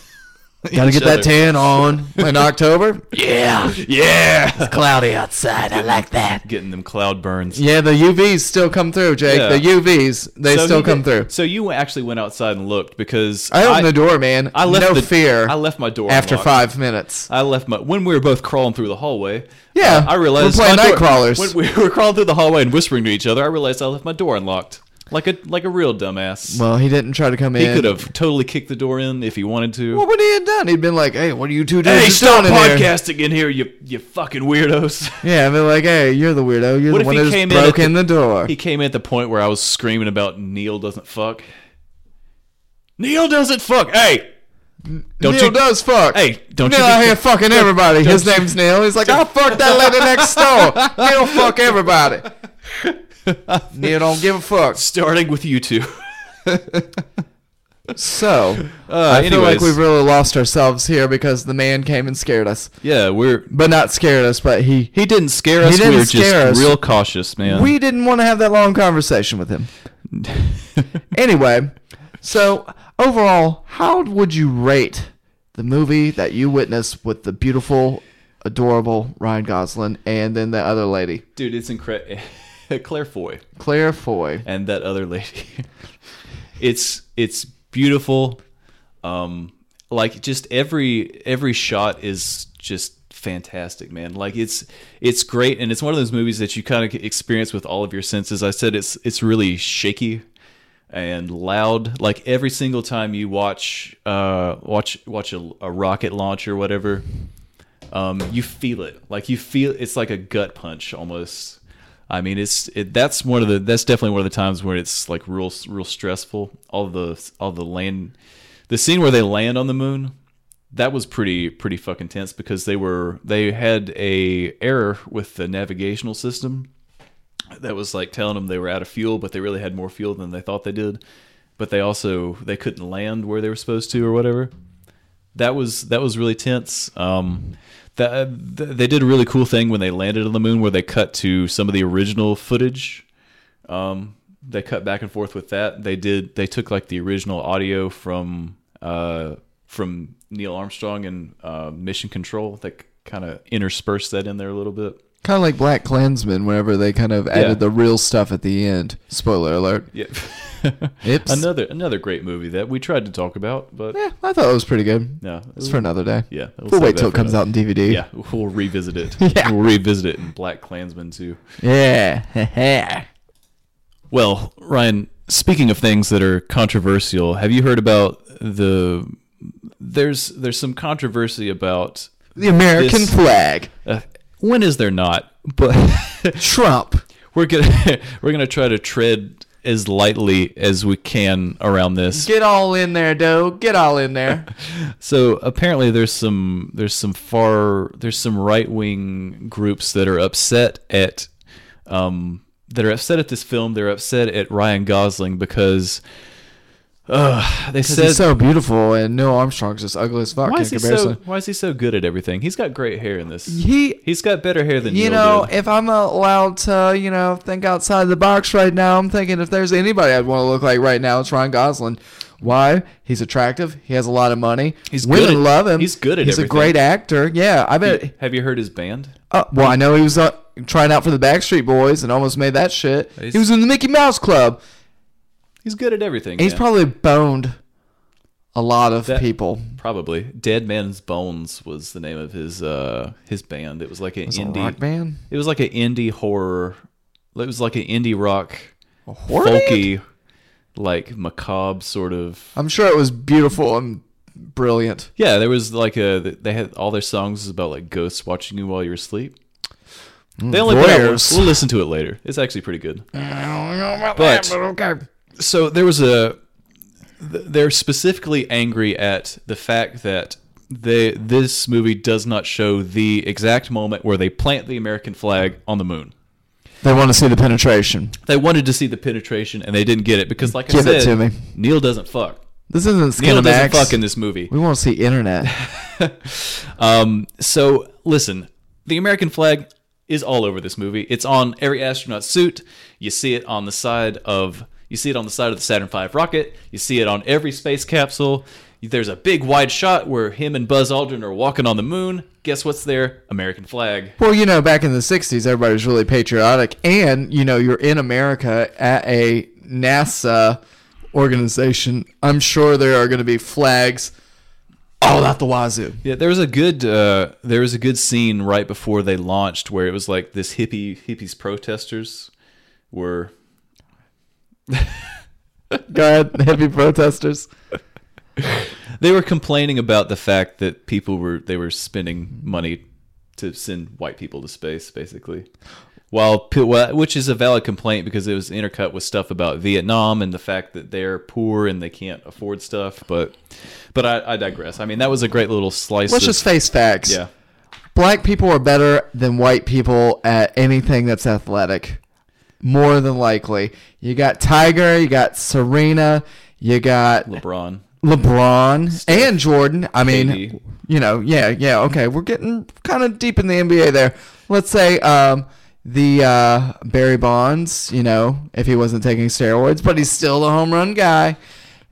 Gotta get that
other.
tan on in October. Yeah,
yeah,
cloudy outside. I like that.
getting them cloud burns.
Yeah, the UVs still come through, Jake.
Yeah.
The UVs, they
So
still
he
come
did-
through.
So you actually went outside and looked because
I opened the door, man.
I left
no
the-
fear.
I left my door
after
unlocked.
five minutes.
I left my when we were both crawling through the hallway.
Yeah,
uh, I realized
we're playing
my door-
Nightcrawlers.
When we were crawling through the hallway and whispering to each other, I realized I left my door unlocked, like a like a real dumbass.
Well, he didn't try to come
he
in.
could have totally kicked the door in if he wanted to.
Well, what he had done, he'd been like, "Hey, what are you two doing?
hey,
just
stop
doing in here?"
podcasting in here, you you fucking weirdos.
Yeah, I'd be like, "Hey, you're the weirdo. You're
What
the
if
one
he
who's
came in
broke
at
in the, door."
He came at the point where I was screaming about Neil doesn't fuck. Neil doesn't fuck. Hey, don't
Neil
you?
does fuck.
Hey, don't
Neil
you-
out here fucking everybody. His name's Neil. He's like, "I'll fuck that lady next door. Neil fuck everybody." Neil don't give a fuck.
Starting with you two.
So I feel Uh, like
anyways.
we've really lost ourselves here because the man came and scared us,
yeah, we're.
but not scared us, but he.
He didn't scare us.
didn't
we were just
scare us.
real cautious, man.
We didn't want to have that long conversation with him. anyway, so overall, how would you rate the movie that you witnessed with the beautiful, adorable Ryan Gosling and then the other lady,
dude, it's incredible. Claire Foy
Claire Foy?
and that other lady. It's it's beautiful. Um, like just every every shot is just fantastic, man. Like it's it's great, and it's one of those movies that you kind of experience with all of your senses. I said it's it's really shaky and loud. Like every single time you watch uh watch watch a, a rocket launch or whatever, um, you feel it. Like you feel it's like a gut punch almost. I mean, it's it, that's one of the that's definitely one of the times where it's like real real stressful. All the all the land, the scene where they land on the moon, that was pretty pretty fucking tense because they were they had a error with the navigational system that was like telling them they were out of fuel, but they really had more fuel than they thought they did. But they also they couldn't land where they were supposed to or whatever that was that was really tense. Um, that th- they did a really cool thing when they landed on the moon, where they cut to some of the original footage. Um, they cut back and forth with that. They did. They took like the original audio from uh, from Neil Armstrong and uh, Mission Control. They kind of interspersed that in there a little bit.
Kind of like Black Klansman, whenever they kind of added
Yeah.
the real stuff at the end. Spoiler alert.
Yeah,
Oops.
another another great movie that we tried to talk about, but
Yeah, I thought it was pretty good.
no,
It's for another day.
Yeah,
We'll,
save
wait
that
till it
for
comes
another-
out in DVD.
Yeah, we'll revisit it.
Yeah.
We'll revisit it in Black Klansman too.
Yeah.
Well, Ryan, speaking of things that are controversial, have you heard about the there's there's some controversy about
the American
This-
flag.
uh, when is there not? But
Trump.
we're gonna we're gonna try to tread as lightly as we can around this.
Get all in there, doe. Get all in there.
So apparently, there's some there's some far there's some right wing groups that are upset at um that are upset at this film. They're upset at Ryan Gosling because uh, they said
He's so beautiful, and Neil Armstrong's just ugly as fuck
why
in
is he
comparison.
so why is he so good at everything? He's got great hair in this.
he,
He's got better hair than Neil
you know,
did.
if I'm allowed to, you know, think outside the box right now, I'm thinking if there's anybody I'd want to look like right now, it's Ryan Gosling. Why? He's attractive. He has a lot of money.
He's
women
good at-
love him.
he's good at
He's
everything.
a great actor. Yeah, I bet.
Have you heard his band?
Uh, well, I know he was uh, trying out for the Backstreet Boys and almost made that shit.
He's-
He was in the Mickey Mouse Club.
He's good at everything.
And he's
man.
probably boned a lot of
That-
people.
probably Dead Man's Bones was the name of his uh his band. It was like an
It's a
indie
rock band.
It was like an indie horror. It was like an indie rock,
horror
folky, like macabre sort of.
I'm sure it was beautiful and brilliant.
Yeah, there was like a. They had all their songs is about like ghosts watching you while you're asleep. They only put out one-
voyeurs.
We'll listen to it later. It's actually pretty good.
But,
But- So there was a. th- They're specifically angry at the fact that they this movie does not show the exact moment where they plant the American flag on the moon.
they want to see the penetration.
They wanted to see the penetration and they didn't get it because, like I
Give
said,
it to me.
Neil doesn't fuck.
This isn't
Neil doesn't
Skinamax.
fuck in this movie.
we want to see internet.
Um, so listen, the American flag is all over this movie. It's on every astronaut's suit. You see it on the side of you see it on the side of the Saturn V rocket. You see it on every space capsule. There's a big wide shot where him and Buzz Aldrin are walking on the moon. Guess what's there? American flag.
well, you know, back in the 60s, everybody was really patriotic. And, you know, you're in America at a NASA organization. I'm sure there are going to be flags all out the wazoo.
Yeah, there was a good uh, there was a good scene right before they launched where it was like this hippie hippies protesters were
Go ahead, heavy protesters.
they were complaining about the fact that people were they were spending money to send white people to space basically while pe- wha- which is a valid complaint because it was intercut with stuff about Vietnam and the fact that they're poor and they can't afford stuff but but I, I digress I mean that was a great little slice
Let's
of-
just face facts.
yeah
Black people are better than white people at anything that's athletic. More than likely. You got Tiger, you got Serena, you got
LeBron
LeBron and Jordan. I mean,
KD.
you know, yeah, yeah, okay. We're getting kind of deep in the NBA there. Let's say um, the uh, Barry Bonds, you know, if he wasn't taking steroids, but he's still the home run guy.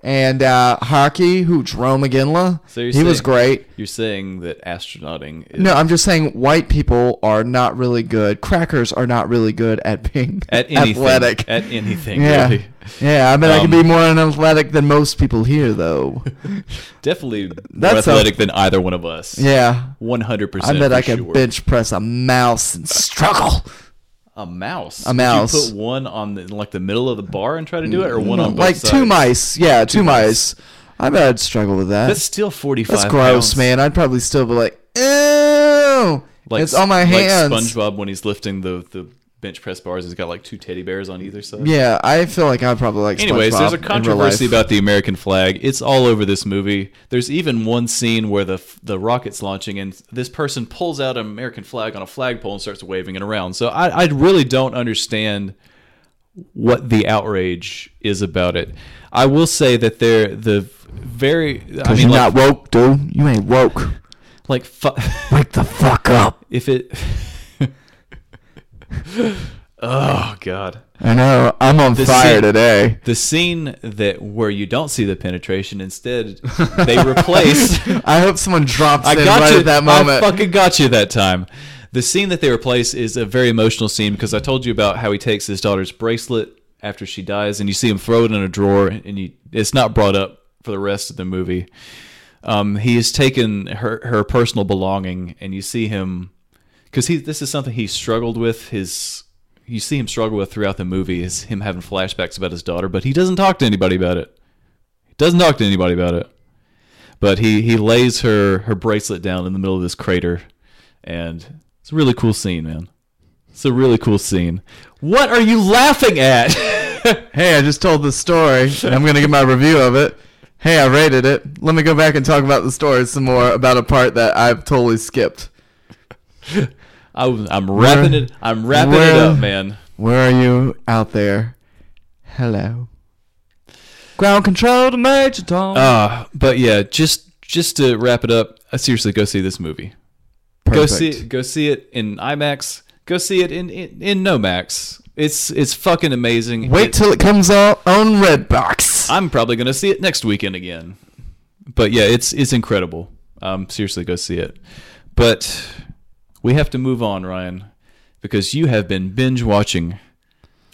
and uh, Hockey, who Jerome McGinley,
So
he
you're
was
saying-
great.
You're saying that astronauting is
No, I'm just saying white people are not really good. Crackers are not really good at being
at anything,
athletic.
at anything,
yeah,
really.
yeah. I mean, I
Um,
can be more unathletic than most people here, though.
Definitely more
That's a-
athletic than either one of us.
Yeah,
one hundred percent.
I bet I
can
could bench press a mouse and struggle.
a mouse.
A mouse. Mm,
Would you put one on the, in like the middle of the bar and try to do it, or one on both
like
sides?
two mice. Yeah, two, mice. I bet I'd struggle with that.
That's still forty-five.
That's gross,
pounds.
man. I'd probably still be like, ew. it's on my hands.
Like SpongeBob when he's lifting the the bench press bars, he's got like two teddy bears on either side.
yeah, I feel like I'd probably like.
Anyways,
SpongeBob
there's a
in real
controversy
life.
about the American flag. It's all over this movie. There's even one scene where the the rocket's launching, and this person pulls out an American flag on a flagpole and starts waving it around. So I, I really don't understand what the outrage is about it. I will say that they're the very. I
'Cause
mean,
you're
like,
not woke, dude. You ain't woke.
like fu-
Wake the fuck up.
if it. oh God.
I know. I'm on
This
fire
scene-
today.
the scene that where you don't see the penetration instead they replace
I hope someone drops
I
in
got
right
you
at that moment.
I fucking got you that time. The scene that they replace is a very emotional scene because I told you about how he takes his daughter's bracelet after she dies, and you see him throw it in a drawer, and you, it's not brought up for the rest of the movie. Um, he has taken her her personal belonging, and you see him because he this is something he struggled with his. You see him struggle with throughout the movie is him having flashbacks about his daughter, but he doesn't talk to anybody about it. He doesn't talk to anybody about it but he he lays her her bracelet down in the middle of this crater and it's a really cool scene man it's a really cool scene what are you laughing at
hey, I just told the story, and I'm gonna give my review of it. Hey, I rated it. Let me go back and talk about the story some more about a part that I've totally skipped.
I, am wrapping it i'm wrapping it
Where-
up man
Where are you out there? Hello. Ground control to Major Tom.
uh but yeah just just to wrap it up uh, seriously go see this movie go see it go see it in imax go see it in in, in nomax it's it's fucking amazing
Wait
It-
till it comes out on Redbox.
I'm probably going to see it next weekend again. But yeah, it's it's incredible. Um, seriously, go see it. But we have to move on, Ryan, because you have been binge watching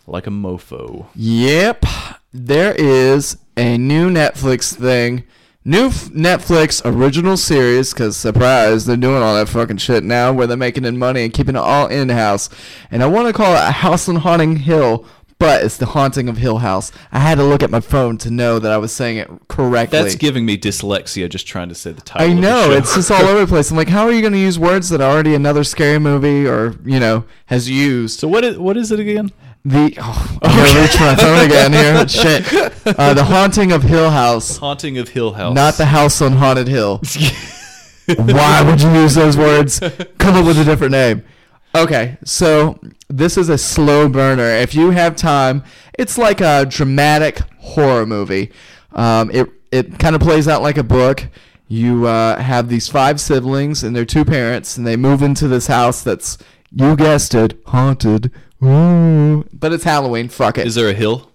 like a mofo.
Yep. There is a new Netflix thing. New f- Netflix original series, because surprise, they're doing all that fucking shit now where they're making in money and keeping it all in house. And I want to call it a house on Haunting Hill, but it's the haunting of Hill House. I had to look at my phone to know that I was saying it correctly.
That's giving me dyslexia just trying to say the title.
I
of the
know
show.
it's just all over the place. I'm like, how are you going to use words that already another scary movie or you know has used?
so. What is what is it again?
The oh, I'm gonna reach for my phone again here. Shit, uh, the haunting of Hill House,
Haunting of Hill House.
not the house on haunted hill. Why would you use those words? Come up with a different name. Okay, so this is a slow burner. If you have time, it's like a dramatic horror movie. Um, it it kind of plays out like a book. You uh, have these five siblings and their two parents, and they move into this house that's you guessed it, haunted. Ooh. But it's Halloween. Fuck it.
Is there a hill?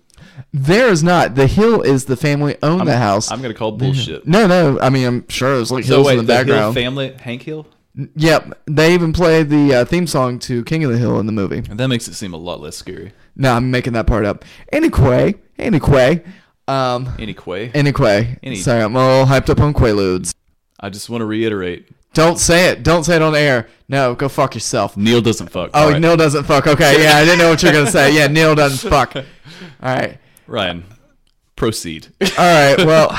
there is not. The hill is the family owned the house.
I'm gonna call bullshit.
no, no. I mean, I'm sure there's like
So
hills
wait,
in the,
the Hill
background.
family, Hank Hill.
Yep, they even play the uh, theme song to King of the Hill in the movie.
That makes it seem a lot less scary.
No, I'm making that part up. Anyway, anyway, um,
Anyway,
anyway.
Any-
Sorry, I'm all hyped up on Quaaludes.
I just want to reiterate:
Don't say it. Don't say it on air. No, go fuck yourself.
Neil doesn't fuck.
Oh,
All right.
Neil doesn't fuck. Okay, yeah, I didn't know what you were gonna say. Yeah, Neil doesn't fuck. All right,
Ryan, proceed.
all right. Well,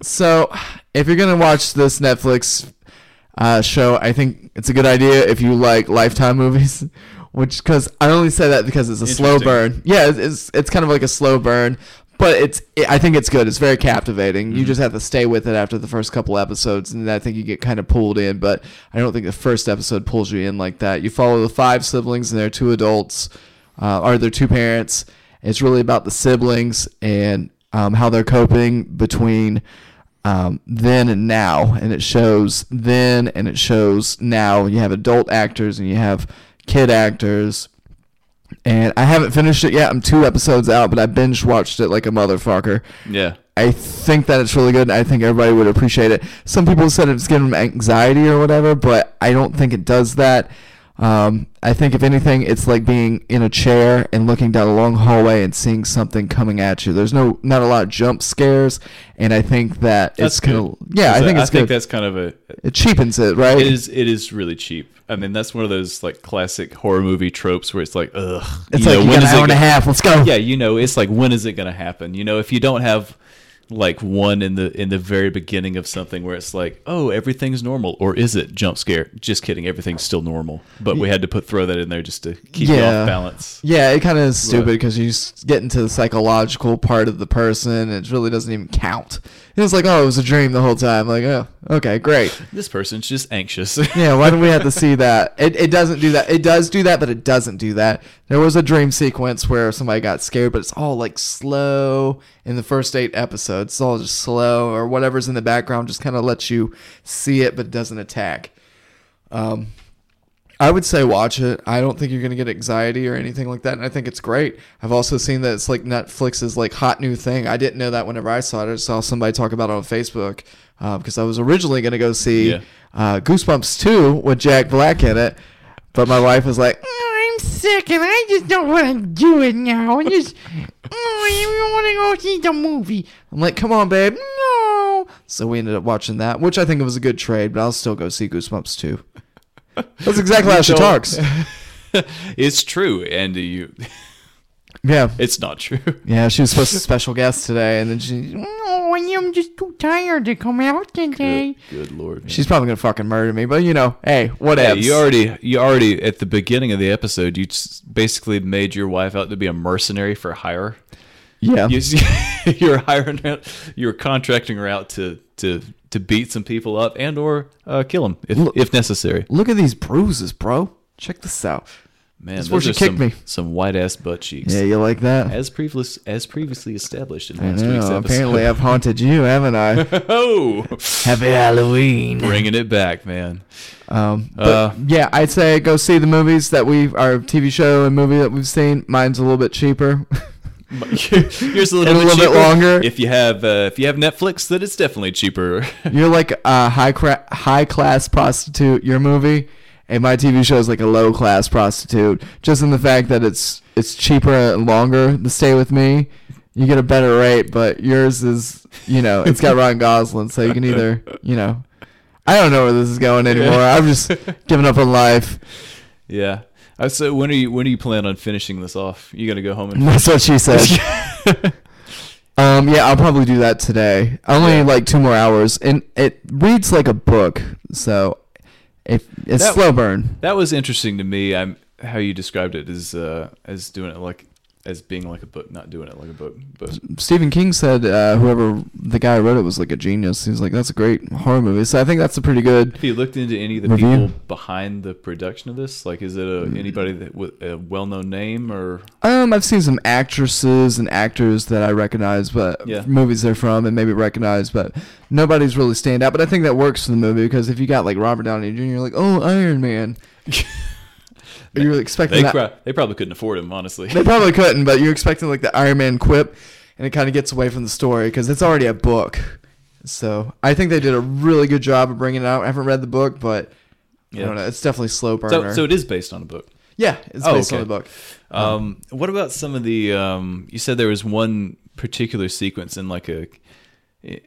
so if you're gonna watch this Netflix uh, show, I think it's a good idea if you like Lifetime movies, which because I only say that because it's a slow
Interesting.
burn. Yeah, it's, it's it's kind of like a slow burn, but it's it, I think it's good. It's very captivating. You just have to stay with it after the first couple episodes, and I think you get kind of pulled in. But I don't think the first episode pulls you in like that. You follow the five siblings and their two adults, uh, or their two parents. It's really about the siblings and um, how they're coping between um, then and now, and it shows then and it shows now. You have adult actors and you have kid actors, and I haven't finished it yet. I'm two episodes out, but I binge watched it like a motherfucker.
Yeah.
I think that it's really good. and I think everybody would appreciate it. Some people said it's giving them anxiety or whatever, but I don't think it does that. Um, I think if anything, it's like being in a chair and looking down a long hallway and seeing something coming at you. There's no not a lot of jump scares, and I think that
That's
it's gonna.
good.
Yeah, I think it's
I think
good.
that's kind of a
it cheapens it, right?
it is it is really cheap. I mean, that's one of those like classic horror movie tropes where it's like, ugh,
It's
you
like
know, when
you got an
is it
hour and a
go-
half. Let's go.
yeah, you know, it's like when is it going to happen? You know, if you don't have like one in the in the very beginning of something where it's like, oh, everything's normal, or is it jump scare? Just kidding, everything's still normal. But we had to put throw that in there just to keep it
Yeah.
off balance.
Yeah, it kind of is stupid because you s- get into the psychological part of the person, and it really doesn't even count. It's like, oh, it was a dream the whole time. Like, oh, okay, great.
This person's just anxious.
Yeah, why do we have to see that? It, it doesn't do that. It does do that, but it doesn't do that. There was a dream sequence where somebody got scared, but it's all like slow in the first eight episodes. It's all just slow, or whatever's in the background just kind of lets you see it, but doesn't attack. Um, I would say watch it. I don't think you're gonna get anxiety or anything like that, and I think it's great. I've also seen that it's like Netflix's like hot new thing. I didn't know that whenever I saw it. I just saw somebody talk about it on Facebook because I was originally gonna go see
Yeah.
uh, Goosebumps 2 with Jack Black in it. But my wife was like, "Oh, I'm sick and I just don't want to do it now. I just, oh, I want to go see the movie. I'm like, come on, babe. No. So we ended up watching that, which I think was a good trade, but I'll still go see Goosebumps 2. That's exactly how she
don't-
talks.
it's true, and you,
Yeah.
it's not true.
Yeah, she was supposed to special guest today, and then "Oh, she,
No, I am just too tired to come out today.
Good lord, man.
she's probably going to fucking murder me, but you know, hey,
Yeah,
whatever.
you already, you already at the beginning of the episode, you just basically made your wife out to be a mercenary for hire.
yeah.
You, you're hiring, her, you're contracting her out to to to beat some people up and or uh, kill them if, if necessary.
Look at these bruises, bro. Check this out.
Man,
That's
those
where she
are
kicked
some,
me.
Some white ass butt cheeks.
Yeah, you like that?
As previous as previously established in
I
last week's
know,
episode.
apparently I've haunted you, haven't I?
oh,
Happy Halloween.
bringing it back, man.
Um, but
Uh,
yeah, I'd say go see the movies that we our TV show and movie that we've seen. Mine's a little bit cheaper.
Here's a little,
And a
bit,
little bit
cheaper.
longer.
If you have uh, if you have Netflix, then it's definitely cheaper.
You're like a high cra- high class prostitute. Your movie and my TV show is like a low class prostitute. Just in the fact that it's it's cheaper and longer. The Stay with Me, you get a better rate, but yours is you know it's got Ryan Gosling, so you can either you know. I don't know where this is going anymore. I'm just giving up on life.
yeah. Uh, So when are you when are you plan on finishing this off? You gonna go home and
That's what she said. um, yeah, I'll probably do that today. Only like two more hours, and it reads like a book, so if it's
That-
slow burn.
That was interesting to me. I'm how you described it as uh, as doing it like as being like a book, not doing it like a book, but
Stephen King said uh, whoever the guy who wrote it was like a genius. He was like, "That's a great horror movie." So I think that's a pretty good.
Have you looked into any of the
Review? Mm.
people behind the production of this? Like, is it a, anybody that with a well-known name or?
Um, I've seen some actresses and actors that I recognize, but
Yeah.
movies they're from and maybe recognize, but nobody's really stand out. But I think that works for the movie because if you got like Robert Downey Jr., you're like, "Oh, Iron Man." you're expecting
They
that.
cra- they probably couldn't afford him, honestly.
They probably couldn't, but you're expecting like the Iron Man quip, and it kind of gets away from the story because it's already a book. So I think they did a really good job of bringing it out. I haven't read the book, but I
Yeah.
don't know. It's definitely slow burner.
So, so it is based on a book.
yeah, it's
Oh,
based
okay.
on the book.
Um, what about some of the? Um, you said there was one particular sequence in like a.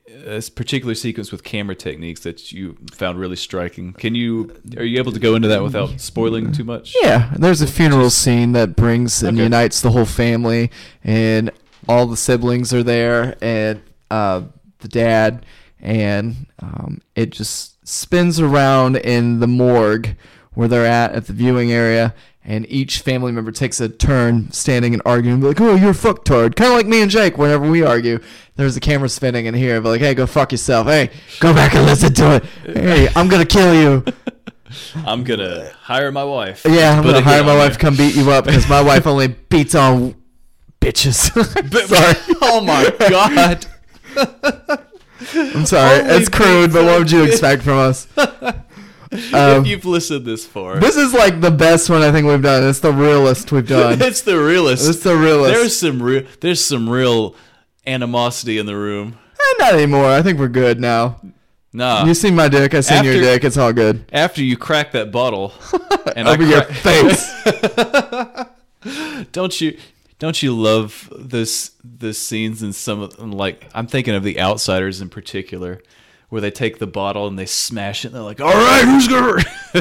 A s- particular sequence with camera techniques that you found really striking. Can you are you able to go into that without spoiling too much?
Yeah, there's a funeral scene that brings and
Okay.
unites the whole family, and all the siblings are there, and uh, the dad, and um, it just spins around in the morgue where they're at at the viewing area, and each family member takes a turn standing and arguing, be like, "Oh, you're a fucktard," kind of like me and Jake. Whenever we argue, there's a camera spinning in here, be like, "Hey, go fuck yourself." Hey, go back and listen to it. Hey, I'm gonna kill you.
I'm gonna hire my wife.
Yeah, I'm
Put
gonna
a hit
hire my
on
wife
her.
to come beat you up because my wife only beats on bitches. sorry,
oh my god.
I'm sorry,
Only
it's crude,
beats
but what
on
would you
bitches.
expect from us?
if you've listened this far.
Um, This is like the best one I think we've done. Eh, It's the realest we've done.
it's the realest.
It's the realest.
There's some real. There's some real animosity in the room.
Eh, not anymore. I think we're good now.
Nah.
you seen my dick. I seen your
Uh, after-
dick. It's all good.
After you crack that bottle, and I
Over your
crack-
face.
don't you don't you love those those scenes in some of like I'm thinking of the Outsiders in particular, where they take the bottle and they smash it. and They're like, "All right, who's gonna who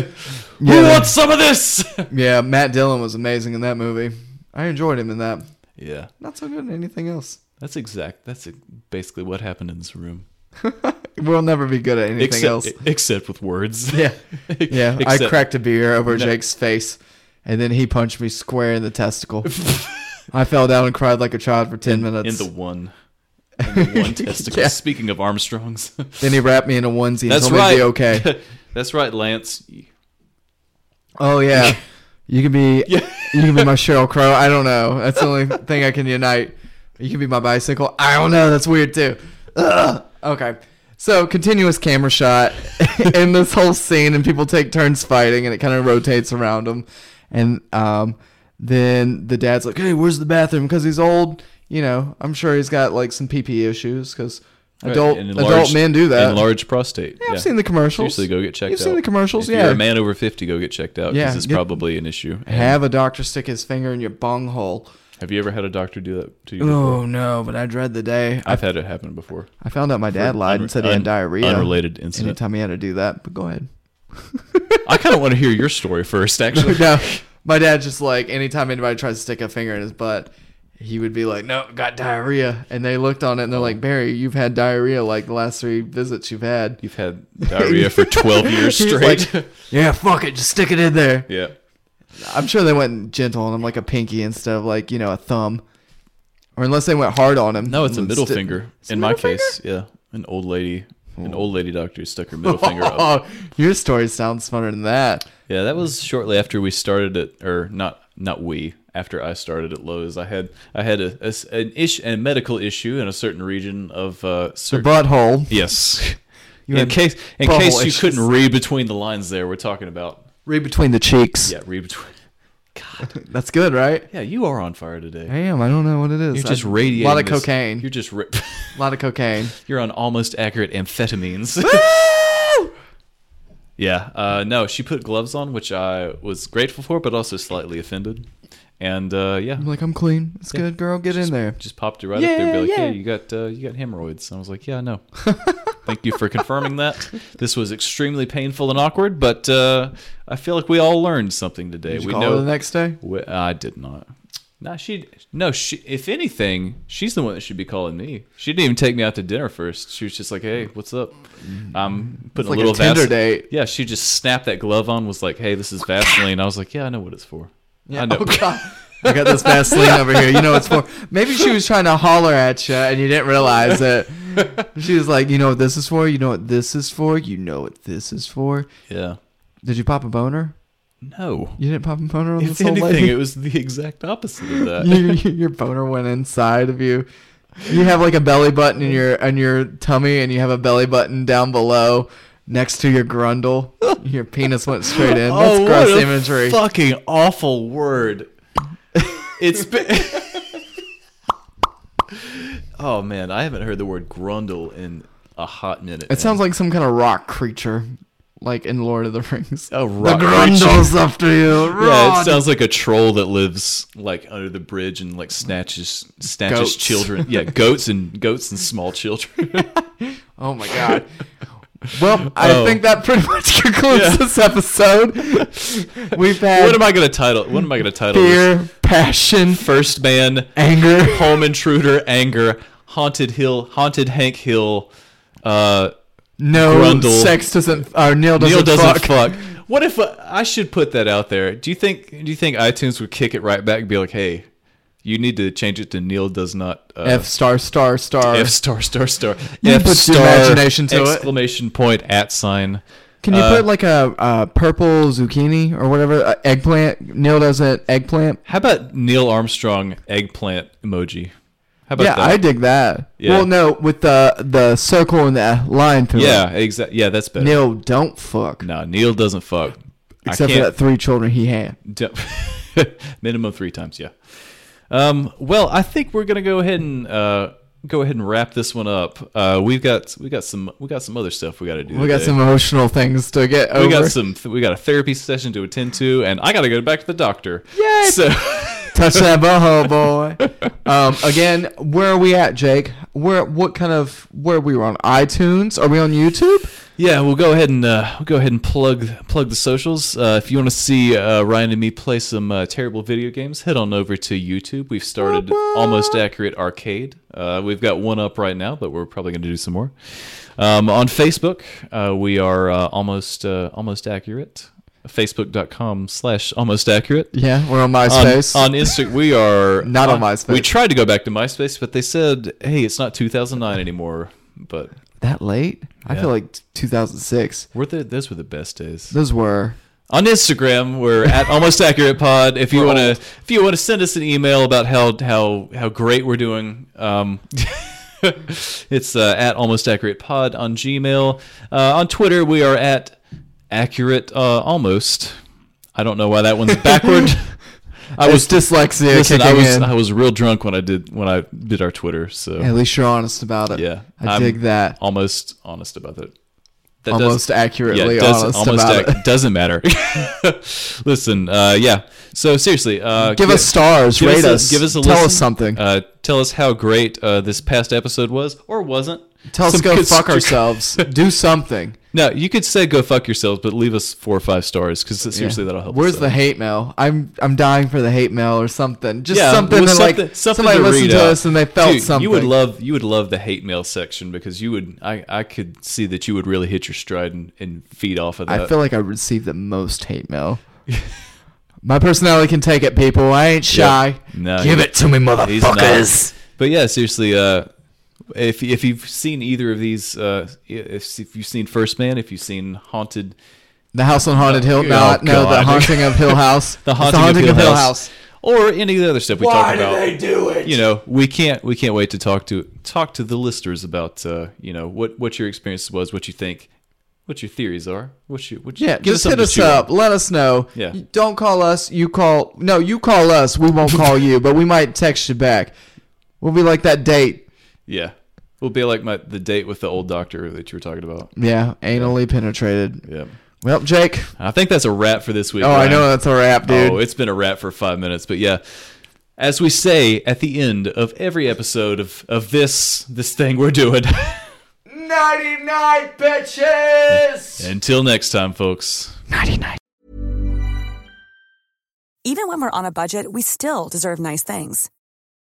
Yeah, they-
wants some of this?"
yeah, Matt Dillon was amazing in that movie. I enjoyed him in that.
yeah,
Not so good in anything else.
that's exact. That's e, basically what happened in this room.
We'll never be good at anything
Except, e,
else.
except with words.
Yeah. Yeah. I
Except-
cracked a beer over Jake's face and then he punched me square in the testicle. I fell down and cried like a child for 10
in
minutes.
the one. In the one testicle.
Yeah.
Speaking of Armstrongs,
then he wrapped me in a onesie and
that's
told me to
right.
be okay.
that's right, Lance.
Oh, yeah. You can be you can be my Cheryl Crow. I don't know. That's the only thing I can unite. You can be my bicycle. I don't know. That's weird too. Ugh. Okay. So continuous camera shot in this whole scene, and people take turns fighting, and it kind of rotates around them. And um, then the dad's like, "Hey, where's the bathroom?" Because he's old. You know, I'm sure he's got like some PP issues because adult
And
adult men do that.
Enlarged prostate.
yeah, I've seen the commercials.
Seriously, go get checked
You've
out.
seen the commercials,
If
yeah.
You're a man over 50, go get checked out.
Yeah,
Because it's
get-
probably an issue.
Have a doctor stick his finger in your bung hole.
Have you ever had a doctor do that to you?
Oh no, but I dread the day. I,
I've had it happen before.
I found out my dad lied and said he had
Un-
diarrhea.
Unrelated incident.
Anytime he had to do that, but go ahead.
I kind of want to hear your story first, actually.
no, my dad just like anytime anybody tries to stick a finger in his butt, he would be like, "No, got diarrhea," and they looked on it and they're like, "Barry, you've had diarrhea like the last three visits you've had."
You've had diarrhea for 12 years
He's
straight.
like, yeah, fuck it, just stick it in there.
yeah.
I'm sure they went gentle on him, like a pinky instead of like you know a thumb, or unless they went hard on him.
No, it's a
and
middle
sti-
finger.
It's a
In my
middle finger?
case, yeah. An old lady. An old lady doctor stuck her middle finger up.
Oh, your story sounds funner than that.
Yeah, that was shortly after we started at, or not, not we. After I started at Lowe's, I had I had a, a s- an ish a medical issue in a certain region of uh,
The
certain,
butthole.
yes. in
had
case in
butthole
case you
issues.
couldn't read between the lines, there we're talking about
Read between the cheeks.
yeah read between.
That's good, right?
Yeah, you are on fire today.
Damn, I don't know what it is.
You're just
I-
radiating.
A lot of
this-
cocaine.
You're just ri-
A lot of cocaine.
you're on almost accurate amphetamines. yeah. Uh, no, she put gloves on, which I was grateful for, but also slightly offended. And uh, yeah,
I'm like, I'm clean. It's good, girl. Get in there.
just popped it right up there and be like, "Hey, you got uh, you got hemorrhoids." And I was like, "Yeah, I know." Thank you for confirming that. This was extremely painful and awkward, but uh, I feel like we all learned something today.
Did you
we
call
know
her the next day.
We, I did not. No, she no. She, if anything, she's the one that should be calling me. She didn't even take me out to dinner first. She was just like, "Hey, what's up?" I'm putting
Mm.
a
like
little
a Tinder
Vas-
date.
Yeah, she just snapped that glove on. Was like, "Hey, this is Vaseline." I was like, "Yeah, I know what it's for." Yeah, I know.
Oh God. I got this Vaseline over here. You know what it's for. Maybe she was trying to holler at you and you didn't realize it. She was like, you know what this is for. You know what this is for. You know what this is for.
yeah.
Did you pop a boner?
No.
You didn't pop a boner on
If
this old
anything,
lady.
it was the exact opposite of that.
your, your boner went inside of you. You have like a belly button in your on your tummy, and you have a belly button down below next to your grundle. Your penis went straight in. That's gross imagery.
Oh, Fucking awful word. It's been. oh man, I haven't heard the word grundle in a hot minute.
It sounds like some kind of rock creature, like in Lord of the Rings.
a Oh, rock
the
creature.
grundle's after you.
Yeah,
Run.
it sounds like a troll that lives like under the bridge and like snatches snatches
Goats.
children. Yeah, goats and goats and small children.
oh my god. Well, I
Oh.
think that pretty much concludes
Yeah.
this episode. We've had
what am I gonna title? What am I gonna title? This?
fear, passion,
First man,
anger.
home intruder, anger, haunted hill, haunted Hank Hill. Uh,
No,
Grundle.
sex doesn't. Or Neil doesn't.
Neil doesn't
fuck.
fuck. What if uh, I should put that out there? Do you think do you think iTunes would kick it right back and be like, "Hey, you need to change it to Neil does not uh,
F star star star.
F star star star
You
F
put
star
your imagination to it.
exclamation point at sign."
Can you
Uh,
put like a, uh purple zucchini or whatever uh, eggplant? Neil doesn't eggplant.
How about Neil Armstrong eggplant emoji? How about
yeah,
that?
I dig that.
Yeah.
Well, no, with the the circle and the line through
yeah,
it.
exactly. Yeah, that's better.
Neil don't fuck
No, Neil doesn't fuck. I
except for
can't-
that three children he had.
Don't- minimum three times yeah um, well i think we're gonna go ahead and uh, go ahead and wrap this one up. Uh, we've got we got some we got some other stuff we got to do.
We got
today.
some emotional things to get over.
we got some we got a therapy session to attend to, and I got to go back to the doctor.
Yay!
So
Touch that boho, boy. Um, again, where are we at, Jake? Where? What kind of? Where we were on iTunes? Are we on YouTube?
yeah, we'll go ahead and uh, we'll go ahead and plug plug the socials. Uh, if you want to see uh, Ryan and me play some uh, terrible video games, head on over to YouTube. We've started almost accurate arcade. Uh, we've got one up right now, but we're probably going to do some more. Um, on Facebook, uh, we are uh, almost uh, almost accurate. Facebook.com slash almost accurate.
Yeah, we're on
on,
MySpace.
on Insta, we are
Not on MySpace.
We tried to go back to MySpace, but they said, "Hey, it's not 2009 anymore." But
that late? I feel like 2006.
were the, those were the best days.
Those were.
On Instagram, we're at Almost Accurate Pod. If you want to, if you want to send us an email about how how how great we're doing, um, it's uh, at Almost Accurate Pod on Gmail. Uh, on Twitter, we are at Accurate uh, Almost. I don't know why that one's backward. I
It
was
was dyslexia
Listen, I
kicking
was
in.
I was real drunk when I did when I did our Twitter, so
At least you're honest about it.
yeah,
I
I'm
dig that.
Almost honest about that. that does-
Almost accurately
it does-
honest about
ac-
it.
Doesn't matter. Listen, uh, yeah. So seriously, uh,
Give us stars,
give
rate
a-
us,
give us a
tell us
listen.
something.
Uh, tell us how great uh, this past episode was or wasn't.
Tell us
Some
to go fuck
constru-
ourselves. Do something.
No, you could say go fuck yourselves, but leave us four or five stars because seriously, that'll help.
Where's
us
the
out.
hate mail? I'm I'm dying for the hate mail or something. Just
Yeah,
something
well,
that like somebody
to
listened
read
to
out.
us and they felt
Dude,
something.
You would love you would love the hate mail section because you would I, I could see that you would really hit your stride and, and feed off of that.
I feel like I received the most hate mail. My personality can take it, people. I ain't shy.
No,
Give
he-
it to me,
He's not.
motherfuckers.
But yeah, seriously, uh, if if you've seen either of these, uh, if, if you've seen First Man, if you've seen Haunted,
The House on Haunted Hill.
Oh,
No, no, the
God.
Haunting of Hill House.
the
It's
Haunting, of, Hill House, or any of the other stuff we talk about,
do it?
you know, we can't we can't wait to talk to talk to the listeners about uh, you know what what your experience was, what you think, what your theories are, what you what you,
Yeah,
give
just
us
hit
something to
us
chew on.
up. Let us know.
Yeah.
You Don't call us. You call. No, you call us. We won't call you, but we might text you back. We'll be like that date.
Yeah. Will be like my the date with the old doctor that you were talking about.
Yeah, anally penetrated.
Yeah.
Well, Jake.
I think that's a wrap for this week.
Oh, I
Ryan.
know that's a wrap, dude.
Oh, it's been a wrap for five minutes, but yeah. As we say at the end of every episode of, of this this thing we're doing.
Nighty night, bitches.
Until next time, folks.
Even when we're on a budget, we still deserve nice things.